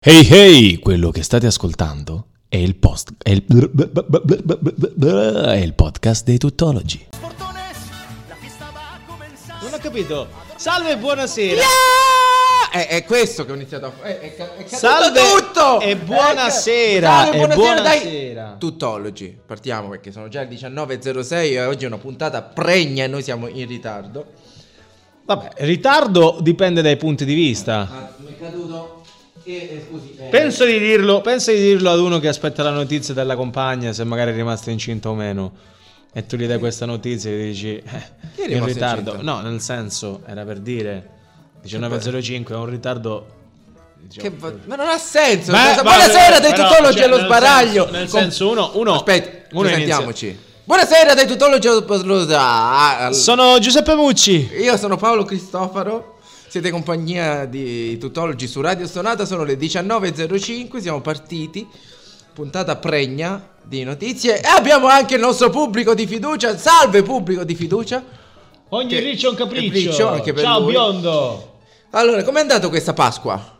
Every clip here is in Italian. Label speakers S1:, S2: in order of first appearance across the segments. S1: Hey hey, quello che state ascoltando è il, post, è il, è il podcast dei tuttologi.
S2: Non ho capito. Salve, buonasera.
S3: Ah, È, è questo che ho iniziato a fare. È, è, è caduto
S2: Salve
S3: tutto!
S2: e
S3: È ca-
S2: buonasera,
S3: Salve,
S2: e
S3: buonasera, dai!
S2: buonasera.
S3: Tuttologi, partiamo perché sono già le 19.06 e oggi è una puntata pregna e noi siamo in ritardo.
S2: Vabbè, ritardo dipende dai punti di vista.
S3: Ah, mi è caduto. E, e scusi. eh,
S2: Penso di dirlo, penso di dirlo ad uno che aspetta la notizia dalla compagna se magari è rimasta incinta o meno. E tu gli dai questa notizia e dici eh,
S3: Chi è
S2: in
S3: rimasto Cioè,
S2: ritardo.
S3: incinta?
S2: No, nel senso, era per dire 19.05 è un ritardo
S3: che va- ma non ha senso.
S2: Beh, vabbè,
S3: cosa- Buonasera dai
S2: però,
S3: tutologi
S2: cioè,
S3: allo
S2: nel
S3: sbaraglio.
S2: senso- nel
S3: Com-
S2: senso, uno- uno-
S3: Aspetta,
S2: uno inizia.
S3: presentiamoci. Buonasera dai tutologi allo sbaraglio. Ah, al-
S2: Sono Giuseppe Mucci.
S3: Io sono Paolo Cristofaro. Siete in compagnia di Tutologi su Radio Sonata. Sono le 19.05. Siamo partiti. Puntata pregna di notizie. E abbiamo anche il nostro pubblico di fiducia. Salve pubblico di fiducia.
S2: Ogni
S3: Che-
S2: riccio è un
S3: capriccio,
S2: capriccio.
S3: anche per
S2: Ciao
S3: lui.
S2: biondo.
S3: Allora, com'è andata questa Pasqua?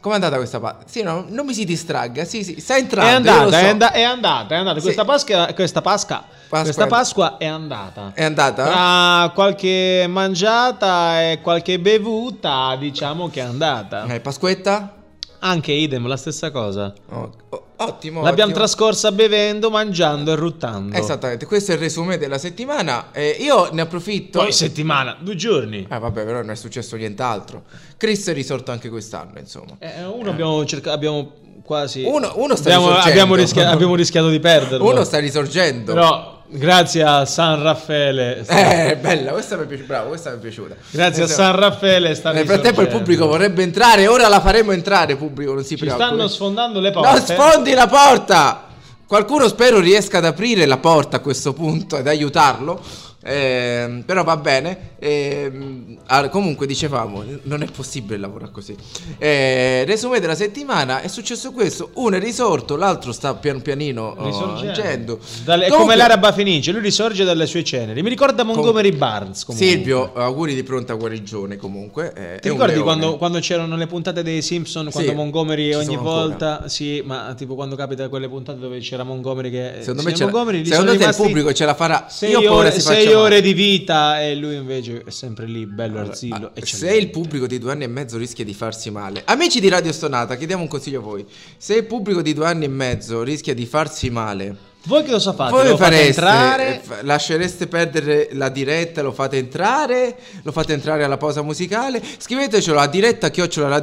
S3: Com'è andata questa Pasqua? Sì, no, non mi si distragga. Sì, sì, sta
S2: È
S3: entrando. io
S2: andata,
S3: lo so.
S2: è, and- è andata, è andata.
S3: Sì.
S2: Questa Pasqua, questa Pasqua,
S3: Pasqua
S2: questa
S3: è-
S2: Pasqua è andata.
S3: È andata?
S2: Tra qualche mangiata e qualche bevuta, diciamo che è andata.
S3: Eh, Pasquetta?
S2: Anche idem, la stessa cosa.
S3: Oh, oh, ottimo.
S2: L'abbiamo
S3: ottimo.
S2: trascorsa bevendo, mangiando e ruttando.
S3: Esattamente, questo è il resume della settimana. Eh, io ne approfitto.
S2: Poi settimana, due giorni.
S3: Ah, vabbè, però non è successo nient'altro. Chris è risorto anche quest'anno, insomma.
S2: Eh, uno abbiamo cercato, abbiamo quasi...
S3: Uno- uno sta
S2: abbiamo,
S3: risorgendo.
S2: abbiamo, rischia- abbiamo rischiato di perderlo.
S3: Uno sta risorgendo.
S2: Però grazie a San Raffaele...
S3: Eh, bella, questa mi è piaciuta. Bravo, questa mi è piaciuta.
S2: Grazie a
S3: Questa-
S2: San Raffaele sta
S3: Nel frattempo il
S2: risorgendo.
S3: pubblico vorrebbe entrare, ora la faremo entrare, pubblico, non si
S2: Ci stanno
S3: preoccupi.
S2: sfondando le
S3: Non
S2: porte.
S3: sfondi la porta! Qualcuno spero riesca ad aprire la porta a questo punto ed aiutarlo. Ehm, però va bene. Ehm, ah, comunque dicevamo, n- non è possibile lavorare così. Eh, resume della settimana è successo questo. Uno è risorto, l'altro sta pian pianino oh,
S2: Risorgendo.
S3: agendo.
S2: Dalle- è
S3: Comunque-
S2: come l'araba fenice, lui risorge dalle sue ceneri. Mi ricorda Montgomery Barnes. Comunque.
S3: Silvio, auguri di pronta guarigione comunque. eh,
S2: Ti
S3: è un
S2: ricordi
S3: leone.
S2: quando, quando c'erano le puntate dei Simpson? Quando Montgomery
S3: ci
S2: ogni
S3: sono ancora.
S2: volta. Sì, ma tipo quando capita quelle puntate dove c'era Montgomery che. eh,
S3: Secondo
S2: signor
S3: me, ce la-
S2: Montgomery, gli
S3: secondo
S2: sono
S3: te il
S2: rimasti
S3: pubblico ce la farà?
S2: Sei
S3: Io ho paura
S2: ore,
S3: si faccia
S2: sei
S3: male.
S2: ore di vita e lui invece è sempre lì, bello arzillo.
S3: Ah, se il pubblico di due anni e mezzo rischia di farsi male, amici di Radio Stonata, chiediamo un consiglio a voi. Se il pubblico di due anni e mezzo rischia di farsi male,
S2: Voi che cosa fate?
S3: voi
S2: Lo fate
S3: fareste-
S2: entrare?
S3: eh, fa- lascereste perdere la diretta, lo fate entrare, lo fate entrare alla pausa musicale. Scrivetecelo a diretta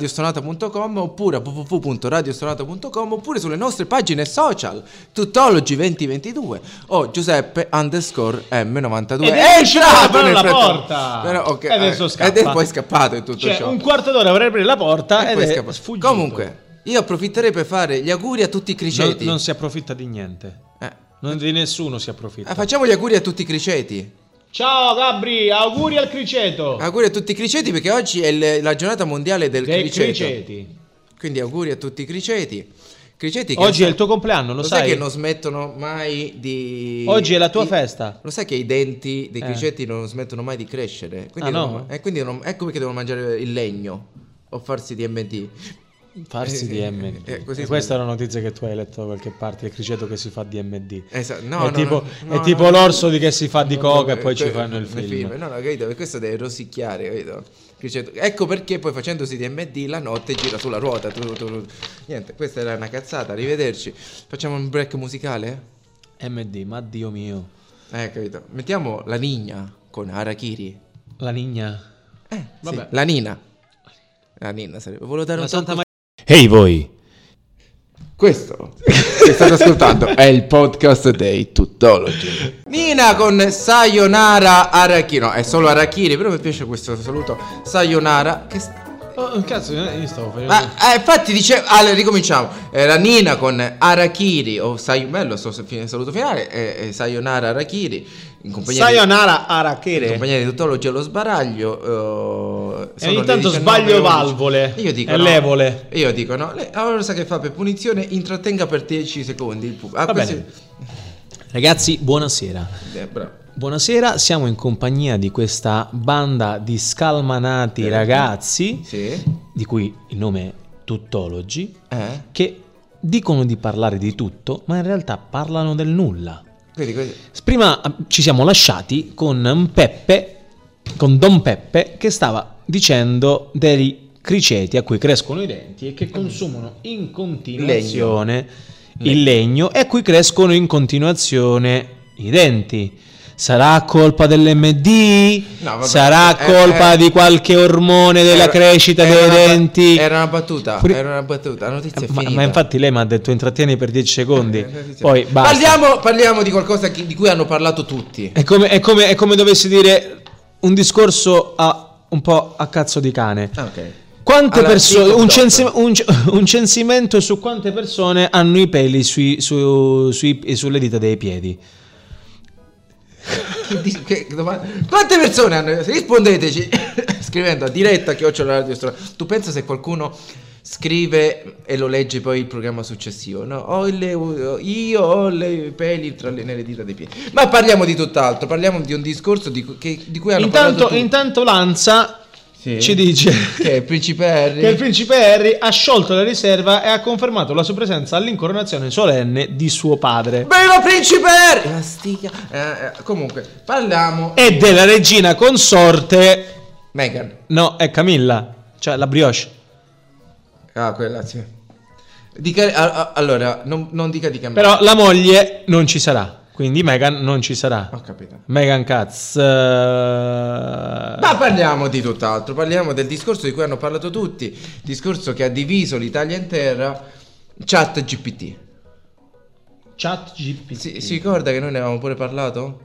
S3: chiocciolaradiostonata.com oppure a www.radiostonata.com oppure sulle nostre pagine social Tuttology 2022 o Giuseppe underscore
S2: Ed
S3: M92. È
S2: è uscito
S3: entrato
S2: però
S3: nel
S2: la
S3: frattempo.
S2: porta.
S3: Però, ok,
S2: E adesso
S3: eh,
S2: scappa.
S3: Ed è poi scappato in tutto
S2: Cioè,
S3: ciò. Eh,
S2: un quarto d'ora vorrei aprire la porta
S3: E
S2: ed
S3: poi
S2: è
S3: scappa.
S2: sfuggito.
S3: Comunque, io approfitterei per fare gli auguri a tutti i
S2: non,
S3: criceti.
S2: non si approfitta di niente.
S3: Eh,
S2: Non di nessuno si approfitta.
S3: eh, facciamo gli auguri a tutti i criceti.
S2: Ciao Gabri, auguri al criceto.
S3: Auguri a tutti i criceti perché oggi è il- la giornata mondiale del
S2: Dei
S3: criceto.
S2: criceti.
S3: Quindi auguri a tutti i criceti. Criceti che
S2: Oggi è il tuo compleanno, lo,
S3: lo sai
S2: sai?
S3: che non smettono mai di
S2: Oggi è la tua
S3: di-
S2: festa.
S3: Lo sai che i denti dei
S2: Eh.
S3: criceti non smettono mai di crescere? Quindi
S2: Ah, no?
S3: devono- eh, quindi non- ecco perché devono mangiare il legno o farsi DMT.
S2: Farsi
S3: Eh,
S2: DMD.
S3: eh, così
S2: e
S3: si-
S2: questa è una notizia che tu hai letto da qualche parte, il criceto che si fa DMD.
S3: Esa- no,
S2: è
S3: no,
S2: tipo,
S3: no,
S2: è
S3: no,
S2: tipo
S3: no.
S2: l'orso di che si fa di
S3: No, eh,
S2: coca
S3: no,
S2: e poi
S3: que-
S2: ci fanno il
S3: nei
S2: film.
S3: No, no, capito, perché questo deve rosicchiare, capito? Cricetto. Ecco perché poi facendosi DMD la notte gira sulla ruota. tu- tu- tu- Niente, questa era una cazzata, arrivederci. Facciamo un break musicale?
S2: MD, ma Dio mio.
S3: Eh, capito. Mettiamo la nigna con Harakiri.
S2: La nigna.
S3: Eh,
S2: Vabbè.
S3: sì, la nina. La nina sarebbe. Volevo dare
S2: La
S3: un
S2: Santa
S3: tocco-
S2: Maria.
S1: Hey voi,
S3: Questo che state ascoltando è il podcast dei tuttologi. Nina con Sayonara Harakiri. No, è solo Harakiri, però mi piace questo saluto. Sayonara. Che s-
S2: Oh, cazzo, io stavo facendo.
S3: Ma eh, infatti dice, allora ricominciamo, era Nina con Arakiri, o sai, bello sto se- fine- saluto finale, eh, eh, Sayonara Arakiri, in compagnia,
S2: Sayonara
S3: di, in
S2: Arakere.
S3: compagnia di tuttologi allo sbaraglio. eh, sono
S2: ogni
S3: le
S2: tanto
S3: 19.11.
S2: sbaglio valvole
S3: Io dico,
S2: e
S3: no.
S2: levole.
S3: Io dico no, Lei- allora sa che fa per punizione, intrattenga per 10 secondi il pubblico. Ah,
S2: Va
S3: questo-
S2: bene. Ragazzi, buonasera.
S3: eh, bravo.
S2: Buonasera, siamo in compagnia di questa banda di scalmanati
S3: Eh.
S2: ragazzi,
S3: Sì.
S2: di cui il nome tuttologi
S3: Eh?
S2: che dicono di parlare di tutto, ma in realtà parlano del nulla.
S3: Vedi, vedi.
S2: Prima eh, ci siamo lasciati con un Peppe, con Don Peppe, che stava dicendo dei criceti a cui crescono i denti e che consumano in continuazione il legno e a cui crescono in continuazione i denti. Sarà colpa dell'MD?
S3: No, vabbè,
S2: sarà
S3: eh,
S2: colpa
S3: eh.
S2: di qualche ormone della
S3: Era-
S2: crescita
S3: era
S2: dei
S3: una ba-
S2: denti?
S3: Era una battuta,
S2: Pure- Eh,
S3: era una battuta, la notizia è
S2: ma,
S3: finita.
S2: ma infatti lei mi ha detto intrattieni per 10 secondi,
S3: Eh, la notizia-
S2: poi basta.
S3: Parliamo, parliamo di qualcosa chi- di cui hanno parlato tutti.
S2: È come, è come- è come dovessi dire un discorso a- un po' a cazzo di cane.
S3: Ah, ok.
S2: Quante
S3: Alla
S2: persone,
S3: Jacob
S2: un,
S3: Dottor.
S2: censi- un c- un censimento su quante persone hanno i peli sui- su- sui- e sulle dita dei piedi.
S3: Che dis- che domanda- Quante persone hanno? Rispondeteci scrivendo a diretta che ho la radio Stra- Tu pensa se qualcuno scrive e lo legge poi il programma successivo? No, ho le- io ho le peli tra le nelle dita dei piedi. Ma parliamo di tutt'altro, parliamo di un discorso di, cu- che- di cui hanno
S2: Intanto,
S3: parlato tutti.
S2: intanto Lanza
S3: Sì.
S2: ci dice
S3: che il principe Harry
S2: che il principe Harry ha sciolto la riserva e ha confermato la sua presenza all'incoronazione solenne di suo padre.
S3: Bello principe Harry! Ma sti ca- eh, eh, comunque, parliamo
S2: E della regina consorte...
S3: Meghan.
S2: No, è Camilla, cioè la brioche.
S3: Ah, quella sì. Dica- a- a- allora, non, non dica di cambiare.
S2: Però la moglie non ci sarà, quindi Megan non ci sarà.
S3: Ho capito.
S2: Megan Katz. eh,
S3: Ma parliamo di tutt'altro, parliamo del discorso di cui hanno parlato tutti, discorso che ha diviso l'Italia intera, chat GPT.
S2: Chat GPT.
S3: Si, si ricorda che noi ne avevamo pure parlato?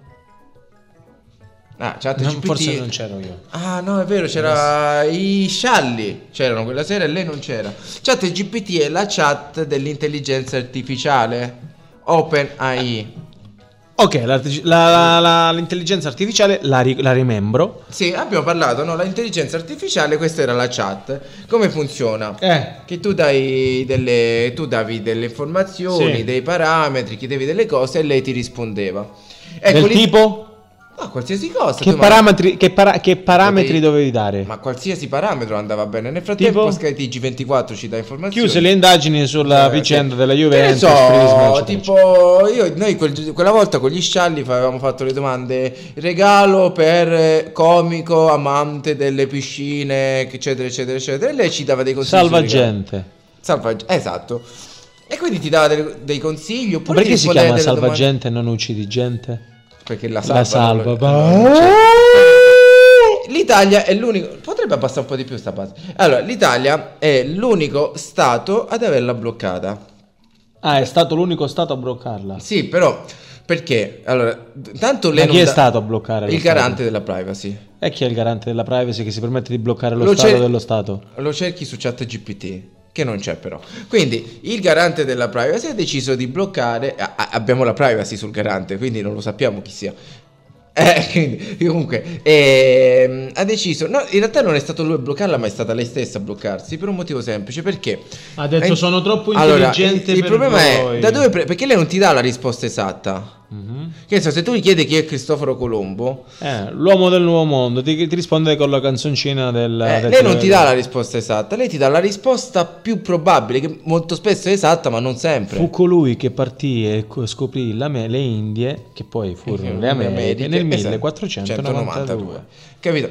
S3: Ah, chat
S2: Non-
S3: GPT.
S2: forse non c'ero io.
S3: Ah no, è vero, c'era i scialli, c'erano quella sera e lei non c'era. Chat GPT è la chat dell'intelligenza artificiale, Open AI.
S2: Ok, l'artifici- la- la- la- l'intelligenza artificiale la, ri- la rimembro.
S3: Sì, abbiamo parlato, no? L'intelligenza artificiale, questa era la chat. Come funziona?
S2: Eh.
S3: Che tu dai delle, tu davi delle informazioni,
S2: Sì.
S3: dei parametri, chiedevi delle cose e lei ti rispondeva. Ecco,
S2: del
S3: lì-
S2: tipo?
S3: Ma qualsiasi cosa.
S2: Che
S3: tu ma-
S2: parametri, che para- che parametri
S3: Potevi-
S2: dovevi dare?
S3: Ecco Ma qualsiasi parametro andava bene. Nel frattempo
S2: Tipo?
S3: Sky TG24 ci dà informazioni.
S2: Chiuse le indagini sulla
S3: Eh,
S2: vicenda
S3: che-
S2: della
S3: che ne
S2: Juventus.
S3: so,
S2: Prisma, eccetera,
S3: tipo, io, noi quel- quella volta con gli scialli fa- avevamo fatto le domande regalo per eh, comico, amante delle piscine, eccetera, eccetera, eccetera. E lei ci dava dei
S2: eccetera.
S3: consigli.
S2: Salva
S3: sui regali.
S2: gente.
S3: Salvag- esatto. E quindi ti dava del- dei, consigli
S2: Ma
S3: oppure
S2: perché
S3: ti
S2: si
S3: rispondeva
S2: chiama
S3: delle
S2: salva
S3: domande-
S2: gente e non uccidi gente?
S3: Perché la salva.
S2: La salva.
S3: non-
S2: va-
S3: non c'è. L'Italia è l'unico. Potrebbe abbassare un po' di più sta base. Allora, l'Italia è l'unico stato ad averla bloccata.
S2: Ah, è stato l'unico stato a bloccarla.
S3: Sì, però perché? Allora, d- tanto lei
S2: Ma
S3: non
S2: chi è
S3: dà-
S2: stato a bloccare lo
S3: Il
S2: Stato?
S3: garante della privacy.
S2: E chi è il garante della privacy che si permette di bloccare lo,
S3: Lo
S2: Stato
S3: cer-
S2: dello Stato?
S3: Lo cerchi su ChatGPT, che non c'è però. Quindi il garante della privacy ha deciso di bloccare. a- a- abbiamo la privacy sul garante, quindi non lo sappiamo chi sia. Eh, quindi, comunque, ehm, ha deciso. No, in realtà non è stato lui a bloccarla, ma è stata lei stessa a bloccarsi per un motivo semplice. Perché
S2: Ha detto,
S3: Eh,
S2: "Sono troppo
S3: allora,
S2: intelligente
S3: il, il
S2: per
S3: problema
S2: voi".
S3: è da dove pre- perché lei non ti dà la risposta esatta. Che ne so, se tu gli chiedi chi è Cristoforo Colombo,
S2: Mhm. Eh, l'uomo del nuovo mondo ti, ti risponde con la canzoncina del...
S3: eh,
S2: del-
S3: lei non ti dà la risposta esatta, lei ti dà la risposta più probabile, che molto spesso è esatta, ma non sempre.
S2: Eh. Fu colui che partì e co- scoprì la me- le Indie, che poi furono le Americhe, nel
S3: Eh, esatto.
S2: 1492.
S3: 192. Capito?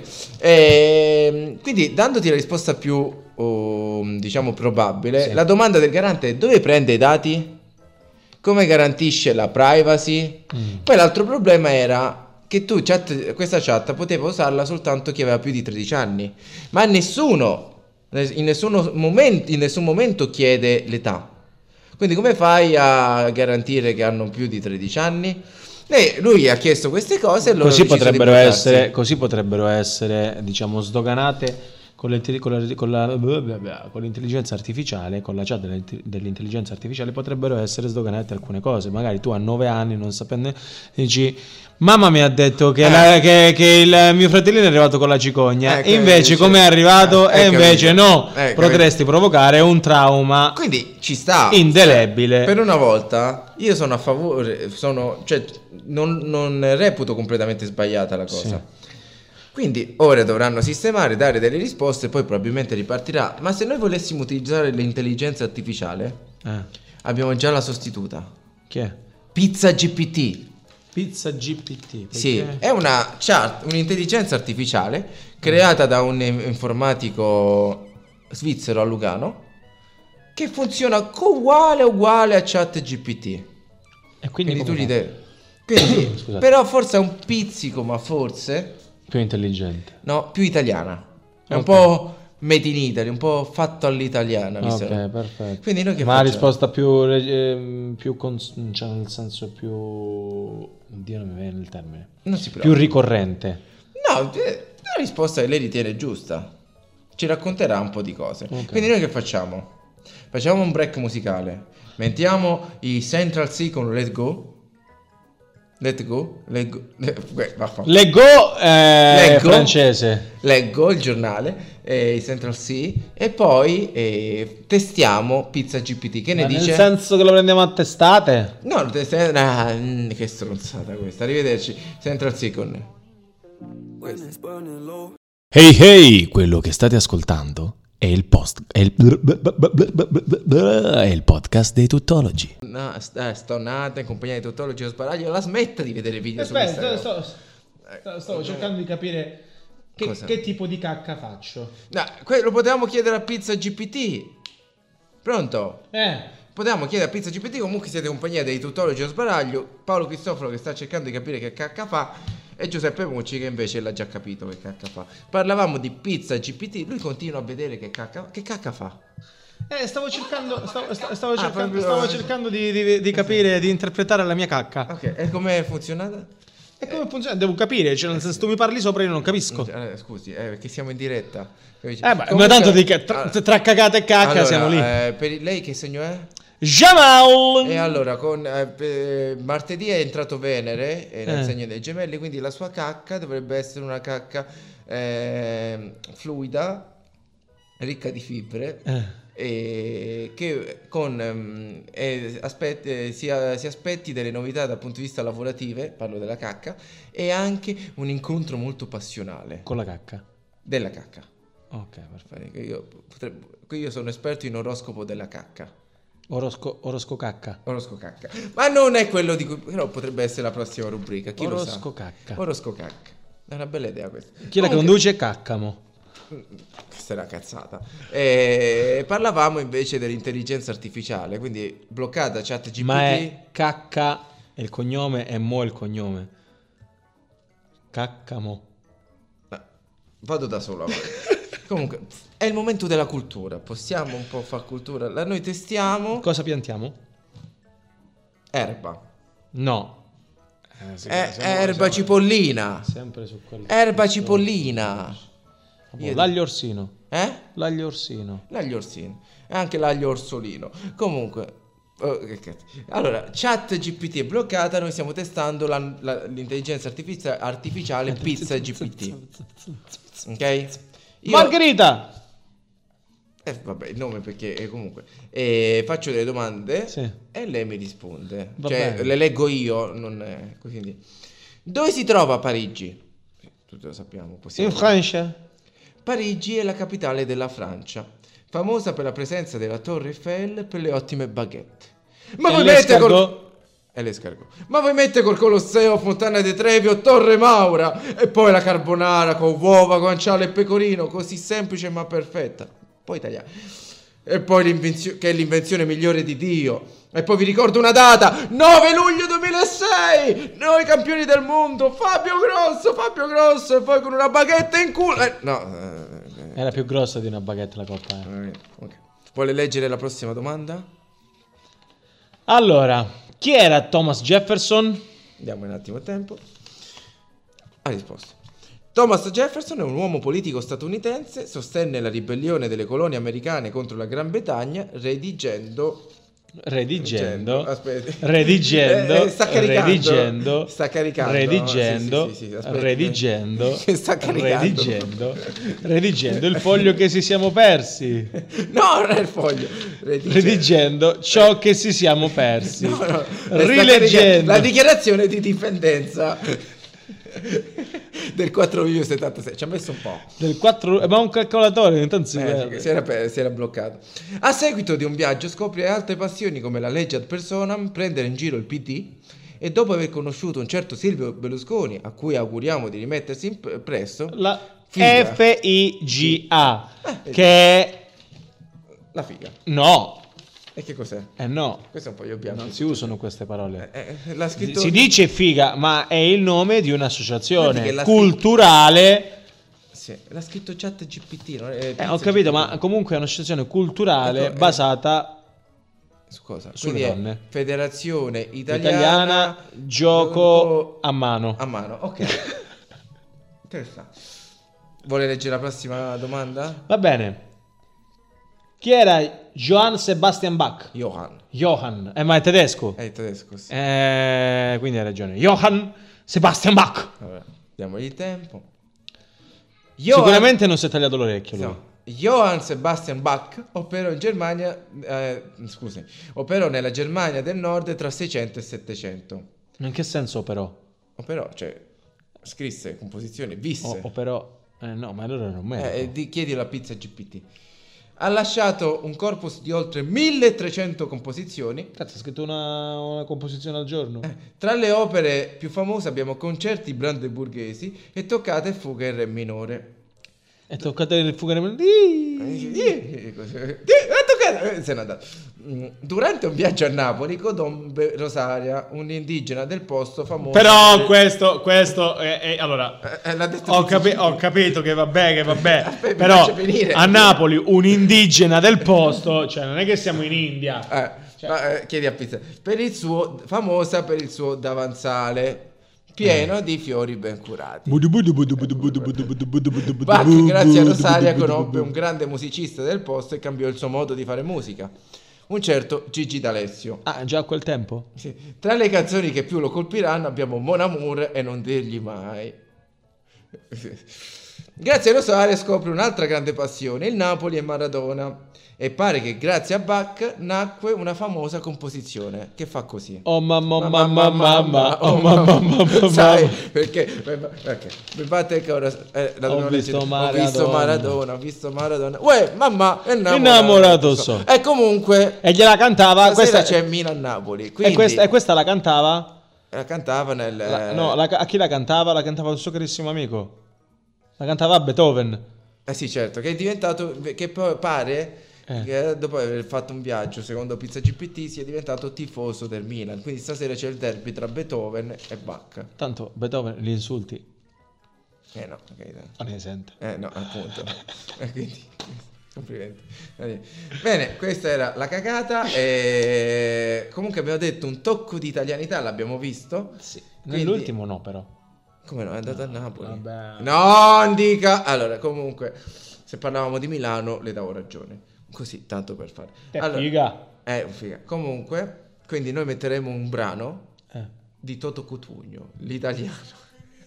S3: Ehm, quindi, dandoti la risposta più, oh, diciamo, probabile,
S2: Sì.
S3: la domanda del garante è dove prende i dati? Come garantisce la privacy?
S2: Mm.
S3: Poi l'altro problema era che tu chat- questa chat poteva usarla soltanto chi aveva più di 13 anni, ma nessuno, in, nessuno momento, in nessun momento chiede l'età. Quindi come fai a garantire che hanno più di 13 anni? E lui ha chiesto queste cose e loro
S2: Così
S3: hanno deciso di
S2: potrebbero,
S3: bloccarsi.
S2: essere, così potrebbero essere, diciamo, sdoganate con, le- con la- con la- con l'intelligenza artificiale, con la chat delle- dell'intelligenza artificiale, potrebbero essere sdoganate alcune cose. Magari tu a 9 anni, non sapendo, dici... Mamma mi ha detto che,
S3: Eh.
S2: la- che- che il mio fratellino è arrivato con la cicogna.
S3: Ecco,
S2: e invece,
S3: dice-
S2: come è arrivato?
S3: Eh,
S2: e
S3: capito.
S2: invece no,
S3: Eh, capito.
S2: potresti provocare un trauma
S3: Quindi ci sta.
S2: indelebile.
S3: Per una volta io sono a favore, sono, cioè non, non reputo completamente sbagliata la cosa. Quindi ora dovranno sistemare, dare delle risposte e poi probabilmente ripartirà. Ma se noi volessimo utilizzare l'intelligenza artificiale,
S2: Eh,
S3: abbiamo già la sostituta.
S2: chi è?
S3: Pizza GPT.
S2: Pizza GPT. perché-
S3: Sì, Eh, è una chart, un'intelligenza artificiale creata da un in- informatico svizzero a Lugano che funziona co- uguale uguale a chat GPT.
S2: E
S3: Quindi,
S2: quindi,
S3: tu
S2: come fa?
S3: l'idea. Quindi,
S2: Scusate.
S3: però forse è un pizzico, ma forse
S2: Più intelligente.
S3: no, più italiana. È un
S2: Ok.
S3: po' made in Italy, un po' fatto all'italiana, mi
S2: Ah,
S3: sembra.
S2: Ok, perfetto.
S3: Quindi noi che
S2: Ma la
S3: facciamo?
S2: risposta più, re- ehm, più cons- cioè nel senso più... Oddio, non mi viene il termine.
S3: Non si
S2: Più
S3: preoccupa.
S2: ricorrente.
S3: No, eh, la risposta che lei ritiene giusta. Ci racconterà un po' di cose.
S2: Ok.
S3: Quindi noi che facciamo? Facciamo un break musicale. Mettiamo i Central Sea con Let Go. Let Go. Let Go. eh, vaffanculo.
S2: Leggo, eh,
S3: Leggo.
S2: francese.
S3: Leggo il giornale, eh, i Central Sea e poi eh, testiamo Pizza GPT. Che ne
S2: Ma
S3: dice?
S2: Nel senso che lo prendiamo a testate?
S3: No, te- se- ah, mm, che stronzata questa. Arrivederci. Central Sea con...
S4: Women's burning low.
S1: Hey hey, quello che state ascoltando è il post è il, è il podcast dei tuttologi.
S3: No, st- eh, stonata in compagnia di tuttologi o sbaglio, la smetta di vedere video su Instagram. Eh,
S2: di capire
S3: che- Cosa? che
S2: tipo di cacca faccio.
S3: No, que- lo potevamo chiedere a Pizza GPT. Pronto?
S2: Eh,
S3: Potevamo chiedere a Pizza GPT, comunque siete in compagnia dei tuttologi o sbaraglio, Paolo Cristoforo che sta cercando di capire che cacca fa e Giuseppe Mucci che invece l'ha già capito che cacca fa. Parlavamo di Pizza GPT, lui continua a vedere che cacca, che cacca fa.
S2: eh, stavo cercando, stavo,
S3: Ah, cercando- proprio- stavo cercando
S2: di, capire, di interpretare la mia cacca.
S3: Ok, e com'è funzionata?
S2: E come funziona? Devo capire, cioè nel senso tu mi parli sopra io non capisco.
S3: Eh, scusi, eh, perché siamo in diretta. Capisci?
S2: Eh, beh, ma
S3: Comunque-
S2: tanto di ca- tra,
S3: Allora-
S2: tra cagata e cacca
S3: Allora,
S2: siamo lì.
S3: eh, per il- lei che segno è?
S2: Jamal!
S3: E allora, con, eh, pe- martedì è entrato Venere eh, nel
S2: Eh.
S3: segno dei gemelli, quindi la sua cacca dovrebbe essere una cacca ehm, fluida, ricca di fibre,
S2: Eh.
S3: e che con, ehm, eh, aspet- eh, si, a- si aspetti delle novità dal punto di vista lavorative, parlo della cacca, e anche un incontro molto passionale
S2: Con la cacca.
S3: della cacca.
S2: Ok, perfetto.
S3: Fai- Io, potreb- io sono esperto in oroscopo della cacca.
S2: Orosco, orosco cacca.
S3: Orosco cacca. Ma non è quello di cui. Però potrebbe essere la prossima rubrica. Chi
S2: Orosco
S3: lo sa?
S2: cacca.
S3: Orosco cacca. È una bella idea questa.
S2: Chi la
S3: Comunque-
S2: conduce è caccamo.
S3: Questa è una cazzata. Eh, parlavamo invece dell'intelligenza artificiale, quindi bloccata chat GPT.
S2: Ma è cacca e il cognome è mo il cognome. Caccamo.
S3: Vado da solo avanti. Comunque, è il momento della cultura. Possiamo un po' far cultura. La noi testiamo.
S2: Cosa piantiamo?
S3: Erba.
S2: No. Eh, sì,
S3: Eh,
S2: siamo-
S3: erba
S2: siamo
S3: cipollina.
S2: Sempre su quel...
S3: Erba cipollina. Io-
S2: L'aglio orsino.
S3: Eh?
S2: L'aglio orsino.
S3: L'aglio orsino e anche l'aglio orsolino. Comunque, oh, che cazzo. allora, chat GPT è bloccata. Noi stiamo testando la- la- l'intelligenza artificia- artificiale Pizza GPT. Ok? Io-
S2: Margherita!
S3: eh, vabbè, il nome perché eh, comunque eh, faccio delle domande
S2: Sì.
S3: e lei mi risponde.
S2: Va
S3: cioè,
S2: bene.
S3: le leggo io, non è- quindi. Dove si trova Parigi? Tutti lo sappiamo. possiamo-
S2: In Francia?
S3: Parigi è la capitale della Francia, famosa per la presenza della Torre Eiffel per le ottime baguette. Ma
S2: E
S3: voi mette
S2: l'escargot?
S3: col... E l'escargot. Ma voi mette col Colosseo, Fontana di Trevio, Torre Maura e poi la carbonara con uova, guanciale e pecorino, così semplice ma perfetta. Poi tagliare. E poi l'invenzione che è l'invenzione migliore di Dio. E poi vi ricordo una data, 9 luglio 2006, noi campioni del mondo, Fabio Grosso, Fabio Grosso, e poi con una baghetta in culo. Eh, no, eh,
S2: Era più grossa di una baguette la coppa. eh.
S3: eh, ok. Vuole leggere la prossima domanda?
S2: Allora, chi era Thomas Jefferson?
S3: Diamo un attimo tempo. Ha risposto. Thomas Jefferson è un uomo politico statunitense, sostenne la ribellione delle colonie americane contro la Gran Bretagna, redigendo...
S2: Redigendo.
S3: Aspetta.
S2: Redigendo.
S3: Eh, eh, sta caricando.
S2: Redigendo.
S3: Sta caricando.
S2: Redigendo.
S3: Sì, sì, sì, sì, aspetta.
S2: redigendo.
S3: Sta caricando.
S2: Redigendo. Redigendo il foglio che ci siamo persi.
S3: No, non è il foglio.
S2: Redigendo ciò che ci siamo persi.
S3: No, no, sta caricando
S2: Rileggendo.
S3: La dichiarazione di dipendenza. del 4 luglio 76. Ci ha messo un po'.
S2: Del 4 ma un calcolatore intanto si
S3: Eh,
S2: perde.
S3: si, era, pe- si era bloccato. A seguito di un viaggio scopre altre passioni come la legge ad personam, prendere in giro il PD e dopo aver conosciuto un certo Silvio Berlusconi, a cui auguriamo di rimettersi in pre- presto, la,
S2: la
S3: Figa. Eh,
S2: FIGA che è
S3: figa.
S2: no,
S3: E che cos'è?
S2: eh no,
S3: Questo è un po' io bianco.
S2: non si usano queste parole.
S3: Eh, eh, l'ha scritto...
S2: Si dice figa, ma è il nome di
S3: Vedi che
S2: un'associazione
S3: la- Eh,
S2: culturale.
S3: Sì, l'ha scritto chat GPT. non è-
S2: Eh, ho capito, ma comunque è un'associazione culturale
S3: Ecco, eh.
S2: basata
S3: Su cosa?
S2: Sulle
S3: Quindi è
S2: donne.
S3: Federazione Italiana,
S2: italiana, gioco a mano.
S3: a mano. Ok. Interessante. Vuole leggere la prossima domanda?
S2: Va bene. Chi era Johann Sebastian Bach?
S3: Johan.
S2: Johann, eh, ma è tedesco.
S3: È in tedesco, sì.
S2: Eh, quindi hai ragione. Johann Sebastian Bach.
S3: Allora, diamogli il tempo.
S2: Sicuramente non si è tagliato l'orecchio lui.
S3: No. Johann Sebastian Bach operò in Germania, eh, scusami, operò nella Germania del Nord tra 600 e 700.
S2: In che senso però?
S3: Operò, cioè, scrisse composizioni,
S2: O,
S3: visse.
S2: o però... eh, no, ma allora non me.
S3: Eh, di- chiedi la pizza GPT. Ha lasciato un corpus di oltre 1300 composizioni.
S2: Cazzo, ha scritto una, una composizione al giorno.
S3: Tra le opere più famose abbiamo concerti brandeburghesi e toccate fughe in re minore.
S2: E toccate il fugare...
S3: Eh, così. Eh, ha toccato- eh, se n'è andato. Mm, Durante un viaggio a Napoli, Codombe Rosaria, un indigena del posto famoso.
S5: Però questo, questo è, è- allora,
S3: Eh, eh, l'ha detto
S5: ho,
S3: tutto.
S5: capi- ho capito che vabbè, che
S3: Aspetta,
S5: vabbè,
S3: mi
S5: però
S3: faccio finire.
S5: a Napoli un indigena del posto, cioè non è che siamo in India.
S3: Eh,
S5: Cioè.
S3: ma, eh, chiedi a pizza. Per il suo, famosa per il suo davanzale pieno
S5: Eh.
S3: di fiori ben curati. Bach, grazie a Rosaria, conobbe un grande musicista del posto e cambiò il suo modo di fare musica. Un certo Gigi D'Alessio.
S2: Ah, già a quel tempo?
S3: Sì. Tra le canzoni che più lo colpiranno abbiamo Mon Amour e Non dirgli mai. Sì. Grazie a Rosaria scopre un'altra grande passione, il Napoli e Maradona. E pare che grazie a Bach nacque una famosa composizione che fa così.
S2: Oh mamma mamma mamma, oh mamma mamma mamma.
S3: Sai, perché perché mi fate che ora eh, la
S2: Ho
S3: dovevo
S2: visto
S3: leggere. ho visto
S2: Maradona.
S3: Maradona, ho visto Maradona. Uè, mamma, è innamorato,
S2: Innamorato so.
S3: E comunque
S2: E gliela cantava...
S3: questa
S2: Questa,
S3: c'è Milan-Napoli,
S2: e,
S3: quindi
S2: questa, e questa la cantava...
S3: la cantava nel
S2: la- no, la- a chi la cantava? La cantava un suo carissimo amico. La cantava a Beethoven.
S3: Eh sì, certo, che è diventato che poi pare
S2: Eh.
S3: che dopo aver fatto un viaggio, secondo Pizza GPT, sia diventato tifoso del Milan. Quindi stasera c'è il derby tra Beethoven e Bach.
S2: Tanto Beethoven li insulti.
S3: Eh no, ok.
S2: Non ne sente.
S3: Eh no, appunto. Eh, Quindi, complimenti. Va bene. Bene, questa era la cagata. E... Comunque abbiamo detto un tocco di italianità, l'abbiamo visto.
S2: Sì.
S3: Quindi-
S2: Nell'ultimo no però.
S3: Come no, è andato a Napoli.
S2: Ah, vabbè.
S3: No, Non dica. Allora, comunque, se parlavamo di Milano, le davo ragione. Così, tanto per fare.
S2: Te
S3: Allora,
S2: figa.
S3: eh, figa. Comunque, quindi noi metteremo un brano
S2: Eh.
S3: di Toto Cutugno, l'italiano.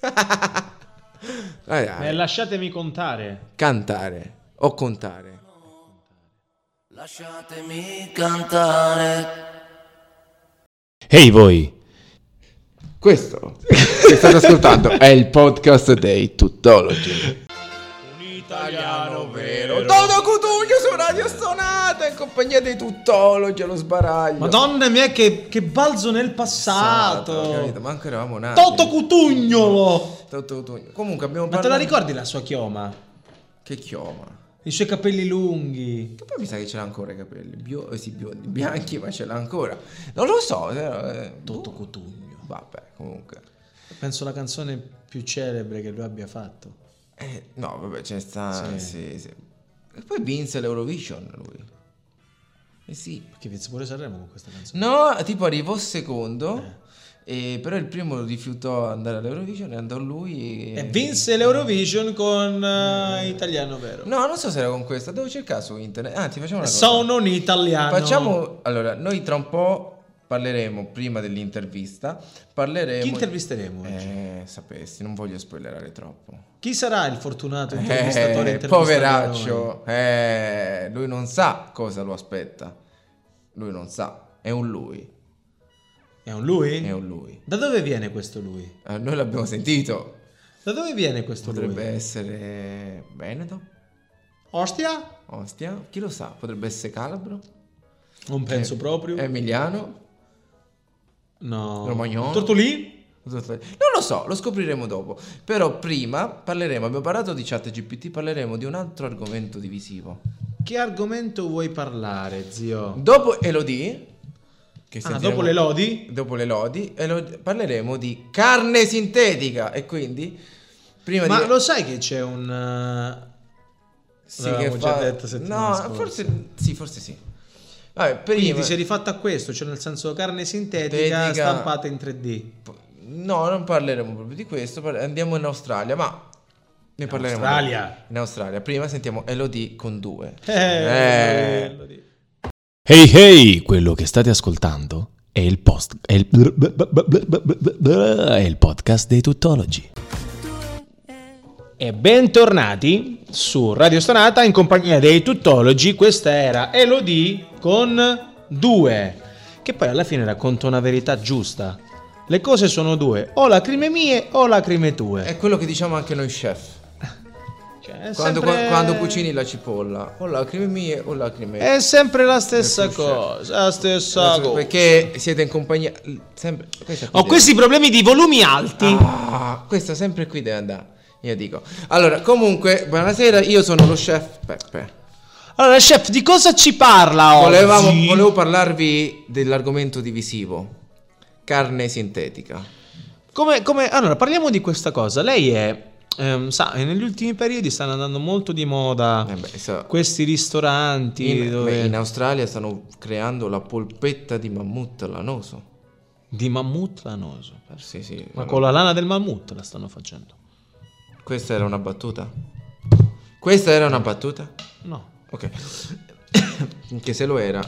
S3: Dai, dai.
S5: Eh, lasciatemi contare.
S3: Cantare o contare.
S4: Lasciatemi cantare.
S1: Ehi voi,
S3: Questo che state ascoltando è il podcast dei Tutologi.
S5: Un
S3: Italiano vero. Toto Cutugno su Radio Stonata in compagnia dei Tutologi allo sbaraglio.
S5: Madonna mia, che, che balzo nel
S3: Ho Esatto, capito,
S5: passato.
S3: Ma anche eravamo nati.
S5: Toto Cutugnolo.
S3: Toto Cutugno. Comunque abbiamo
S5: Ma te
S3: parlato.
S5: la ricordi la sua chioma?
S3: Che chioma.
S5: I suoi capelli lunghi.
S3: Che poi mi sa che ce l'ha ancora i capelli. Bio- eh sì, biondi, bianchi, ma ce l'ha ancora. Non lo so.
S5: Toto
S3: Cutugno.
S5: Cutugno.
S3: Vabbè, comunque.
S5: Penso la canzone più celebre che lui abbia fatto.
S3: Eh, no, vabbè, c'è sta. Sì, sì. E poi vinse l'Eurovision lui. Eh sì.
S5: Perché vinse pure Sanremo con questa canzone.
S3: No, tipo arrivò secondo.
S5: Eh.
S3: e però il primo rifiutò andare all'Eurovision e andò lui.
S5: E vinse l'Eurovision con eh, Italiano Vero.
S3: No, non so se era con questa. Devo cercare su internet. Anzi, facciamo una cosa.
S5: Sono un italiano.
S3: Facciamo. Allora, noi tra un po' parleremo. Prima dell'intervista, parleremo.
S5: Chi intervisteremo? oggi?
S3: Eh, sapessi, non voglio spoilerare troppo.
S5: Chi sarà il
S2: cioè,
S5: fortunato intervistatore?
S3: Eh,
S5: intervistato da noi?
S3: poveraccio, eh, lui non sa cosa lo aspetta. Lui non sa, è un lui.
S2: È un lui?
S3: È un lui.
S2: Da dove viene questo lui?
S3: Eh, noi l'abbiamo sentito.
S2: Da dove viene questo
S3: Potrebbe
S2: lui?
S3: essere Veneto,
S2: Ostia?
S3: Ostia, chi lo sa, potrebbe essere Calabro, Eh,
S2: Non penso proprio.
S3: Emiliano.
S2: no.
S3: Romagnolo.
S2: Tortolì?
S3: Non lo so, lo scopriremo dopo. Però prima parleremo, abbiamo parlato di chat GPT, parleremo di un altro argomento divisivo.
S2: Che argomento vuoi parlare, zio?
S3: Dopo Elodie, che
S2: Ah,
S3: sentiremo-
S2: dopo le lodi?
S3: dopo le lodi, Elodie- parleremo di carne sintetica e quindi prima
S2: Ma
S3: di...
S2: lo sai che c'è un... eh, l'avevamo già detto settimana
S3: No,
S2: scorsa.
S3: forse sì, forse sì. Vabbè, prima...
S2: Quindi si è rifatta a questo, cioè nel senso carne sintetica
S3: Sintetica.
S2: stampata in 3D.
S3: No, non parleremo proprio di questo, par- andiamo in Australia, ma ne parleremo. dopo.
S2: Australia.
S3: In Australia. Prima sentiamo Elodie con due.
S2: Eh,
S3: Eh.
S2: lo dico.
S1: Hey hey, quello che state ascoltando è il post è il, è il podcast dei tuttologi.
S2: E bentornati su Radio Stonata in compagnia dei tuttologi. Questa era Elodie con due, che poi alla fine racconta una verità giusta. Le cose sono due, o lacrime mie o lacrime tue.
S3: È quello che diciamo anche noi chef.
S2: Cioè, è
S3: Quando,
S2: sempre-
S3: quando cucini la cipolla, o lacrime mie o lacrime...
S2: È sempre la stessa
S3: Ecco,
S2: cosa, la stessa cosa.
S3: Perché siete in compagnia... Sempre... questa qui
S2: Ho questi problemi di volumi alti.
S3: Ah, questo sempre qui deve andare. Io dico. Allora, comunque, buonasera, io sono lo chef Peppe.
S2: Allora, chef, di cosa ci parla oggi?
S3: Volevamo- volevo parlarvi dell'argomento divisivo. Carne sintetica.
S2: Come, come- allora, parliamo di questa cosa. Lei è. ehm, sa, negli ultimi periodi stanno andando molto di moda
S3: Eh beh, so-
S2: questi ristoranti
S3: in,
S2: dove-
S3: beh, in Australia stanno creando la polpetta di mammut lanoso.
S2: di mammut lanoso.
S3: Eh, Sì, sì.
S2: Ma con la lana del mammut la stanno facendo.
S3: Questa era una battuta. Questa era una battuta.
S2: No.
S3: Ok. Che se lo era